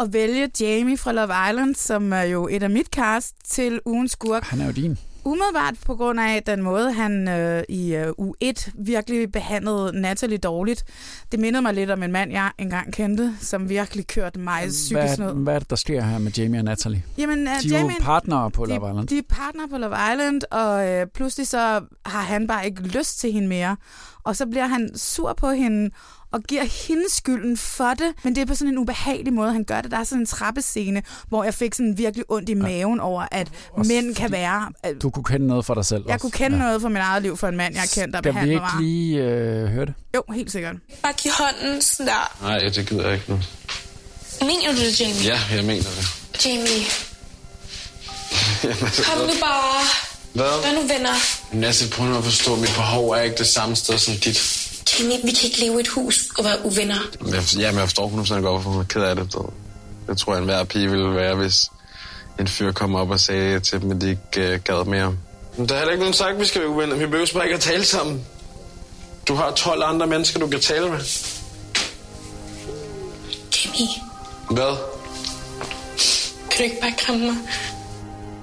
at vælge Jamie fra Love Island, som er jo et af mit cast, til ugens skurk. Han er jo din. Umiddelbart på grund af den måde, han øh, i øh, U1 virkelig behandlede Natalie dårligt. Det mindede mig lidt om en mand, jeg engang kendte, som virkelig kørte mig psykisk ned. Hvad, hvad er det, der sker her med Jamie og Natalie? Jamen, øh, de er Jamie- jo partnere på de, Love Island. De er partner på Love Island, og øh, pludselig så har han bare ikke lyst til hende mere. Og så bliver han sur på hende og giver hende skylden for det, men det er på sådan en ubehagelig måde, han gør det. Der er sådan en trappescene, hvor jeg fik sådan virkelig ondt i maven over, at Også mænd kan være... øh, Du kunne kende noget for dig selv Jeg også. kunne kende ja. noget fra mit eget liv for en mand, jeg kendte og Skal vi behandlet ikke var. lige øh, høre det? Jo, helt sikkert. Bare giv hånden sådan der. Nej, det gider jeg ikke nu. Mener du det, Jamie? Ja, jeg mener det. Jamie, Jamen, altså, kom nu bare. Vær Hvad? nu venner. Men altså, prøv nu at forstå, mit behov er ikke det samme sted som dit. Jamie, vi kan ikke leve i et hus og være uvenner. Men jeg, ja, men jeg forstår 100% godt, hvorfor hun er ked af det. du ved. Jeg tror, at enhver pige ville være, hvis en fyr kom op og sagde til dem, at de ikke uh, gad mere. Men der er heller ikke nogen sagt, vi skal være uvenner. Vi behøver bare ikke at tale sammen. Du har 12 andre mennesker, du kan tale med. Jamie, Hvad? kan du ikke bare kramme mig?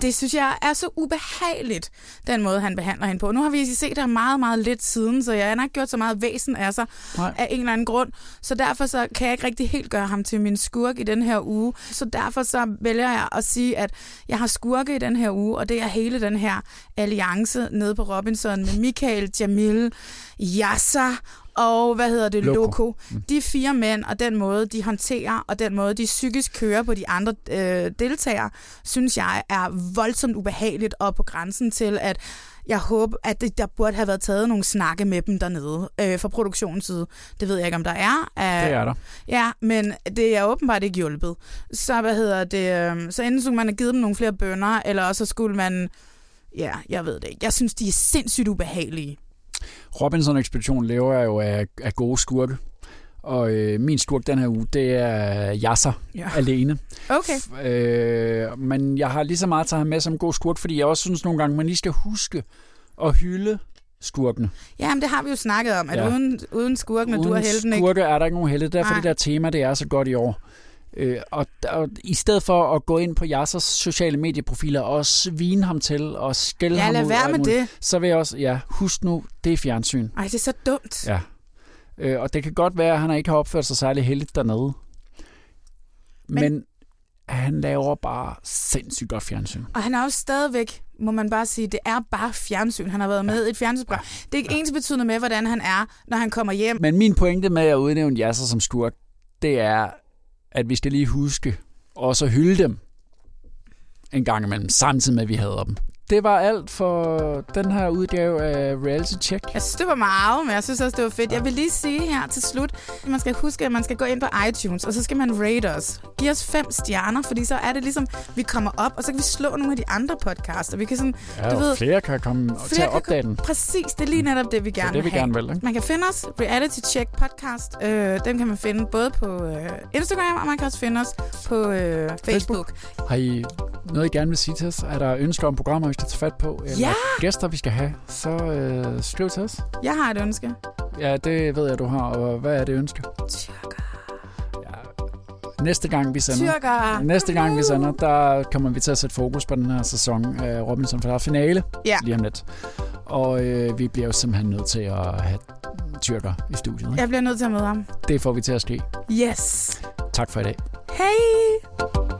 Det synes jeg er så ubehageligt, den måde, han behandler hende på. Nu har vi set det meget, meget lidt siden, så jeg har ikke gjort så meget væsen af sig Nej. af en eller anden grund. Så derfor så kan jeg ikke rigtig helt gøre ham til min skurk i den her uge. Så derfor så vælger jeg at sige, at jeg har skurke i den her uge, og det er hele den her alliance nede på Robinson med Michael, Jamil, Yasser og hvad hedder det, Loco. Mm. Loco. Loco. De fire mænd og den måde, de håndterer, og den måde, de psykisk kører på de andre øh, deltagere, synes jeg er voldsomt ubehageligt og på grænsen til, at jeg håber, at det, der burde have været taget nogle snakke med dem dernede øh, fra produktionens side. Det ved jeg ikke, om der er. Uh, Det er der. Ja, men det er åbenbart ikke hjulpet. Så hvad hedder det? øhm, Så enten skulle man have givet dem nogle flere bønder, eller også så skulle man... Ja, jeg ved det ikke. Jeg synes, de er sindssygt ubehagelige. Robinson-ekspeditionen lever jo af, af gode skurke. Og øh, min skurk den her uge, det er Yasser Ja. ja. alene. Okay. F- øh, men jeg har lige så meget taget ham med som god skurk, fordi jeg også synes nogle gange, man lige skal huske at hylde skurkene. Ja, men det har vi jo snakket om, at ja. Ja. uden, uden skurken og du og helten ikke... skurke er der ikke nogen helte. Det er Nej. fordi, der tema, det er så godt i år. Øh, og, og i stedet for at gå ind på Yassers sociale medieprofiler og svine ham til og skælde Ja, ham lad ud, være og alt med muligt, det. så vil jeg også, ja, husk nu, det er fjernsyn. Ej, det er så dumt. Ja. Øh, og det kan godt være, at han ikke har opført sig særlig heldigt dernede. Men, Men han laver bare sindssygt godt fjernsyn. Og han er jo stadigvæk, må man bare sige, det er bare fjernsyn. Han har været med i et fjernsynsprogram. Det er ikke ens betydende med, hvordan han er, når han kommer hjem. Men min pointe med at udnævne Yasser som skurk, det er, at vi skal lige huske også at hylde dem en gang imellem, samtidig med, at vi hader dem. Det var alt for den her udgave af Reality Check. Jeg synes, det var meget, men jeg synes også, det var fedt. Jeg vil lige sige her til slut, at man skal huske, at man skal gå ind på iTunes, og så skal man rate os. Giv os fem stjerner, fordi så er det ligesom, vi kommer op, og så kan vi slå nogle af de andre podcaster. Vi kan sådan, Ja, du og ved, flere kan komme og Flere tage kan komme- opdage den. Mm. Præcis, det er lige netop det, vi gerne det, vi vil have. gerne vil, ikke? Man kan finde os, Reality Check Podcast. Øh, den kan man finde både på øh, Instagram, og man kan også finde os på øh, Facebook. Har I noget, I gerne vil sige til os? Er der ønsker om programmer, vi skal tage fat på? Eller Ja! gæster, vi skal have? Så øh, skriv til os. Jeg har et ønske. Mm. Ja, det ved jeg, du har. Og hvad er det ønske? Tyrker. Ja, næste gang, vi sender... Tyrker. Næste gang, vi sender, der kommer vi til at sætte fokus på den her sæson af Robinson, for der er finale Ja. lige om lidt. Og øh, vi bliver jo simpelthen nødt til at have tyrker i studiet. ikke? Jeg bliver nødt til at møde ham. Det får vi til at ske. Yes. Tak for i dag. Hej!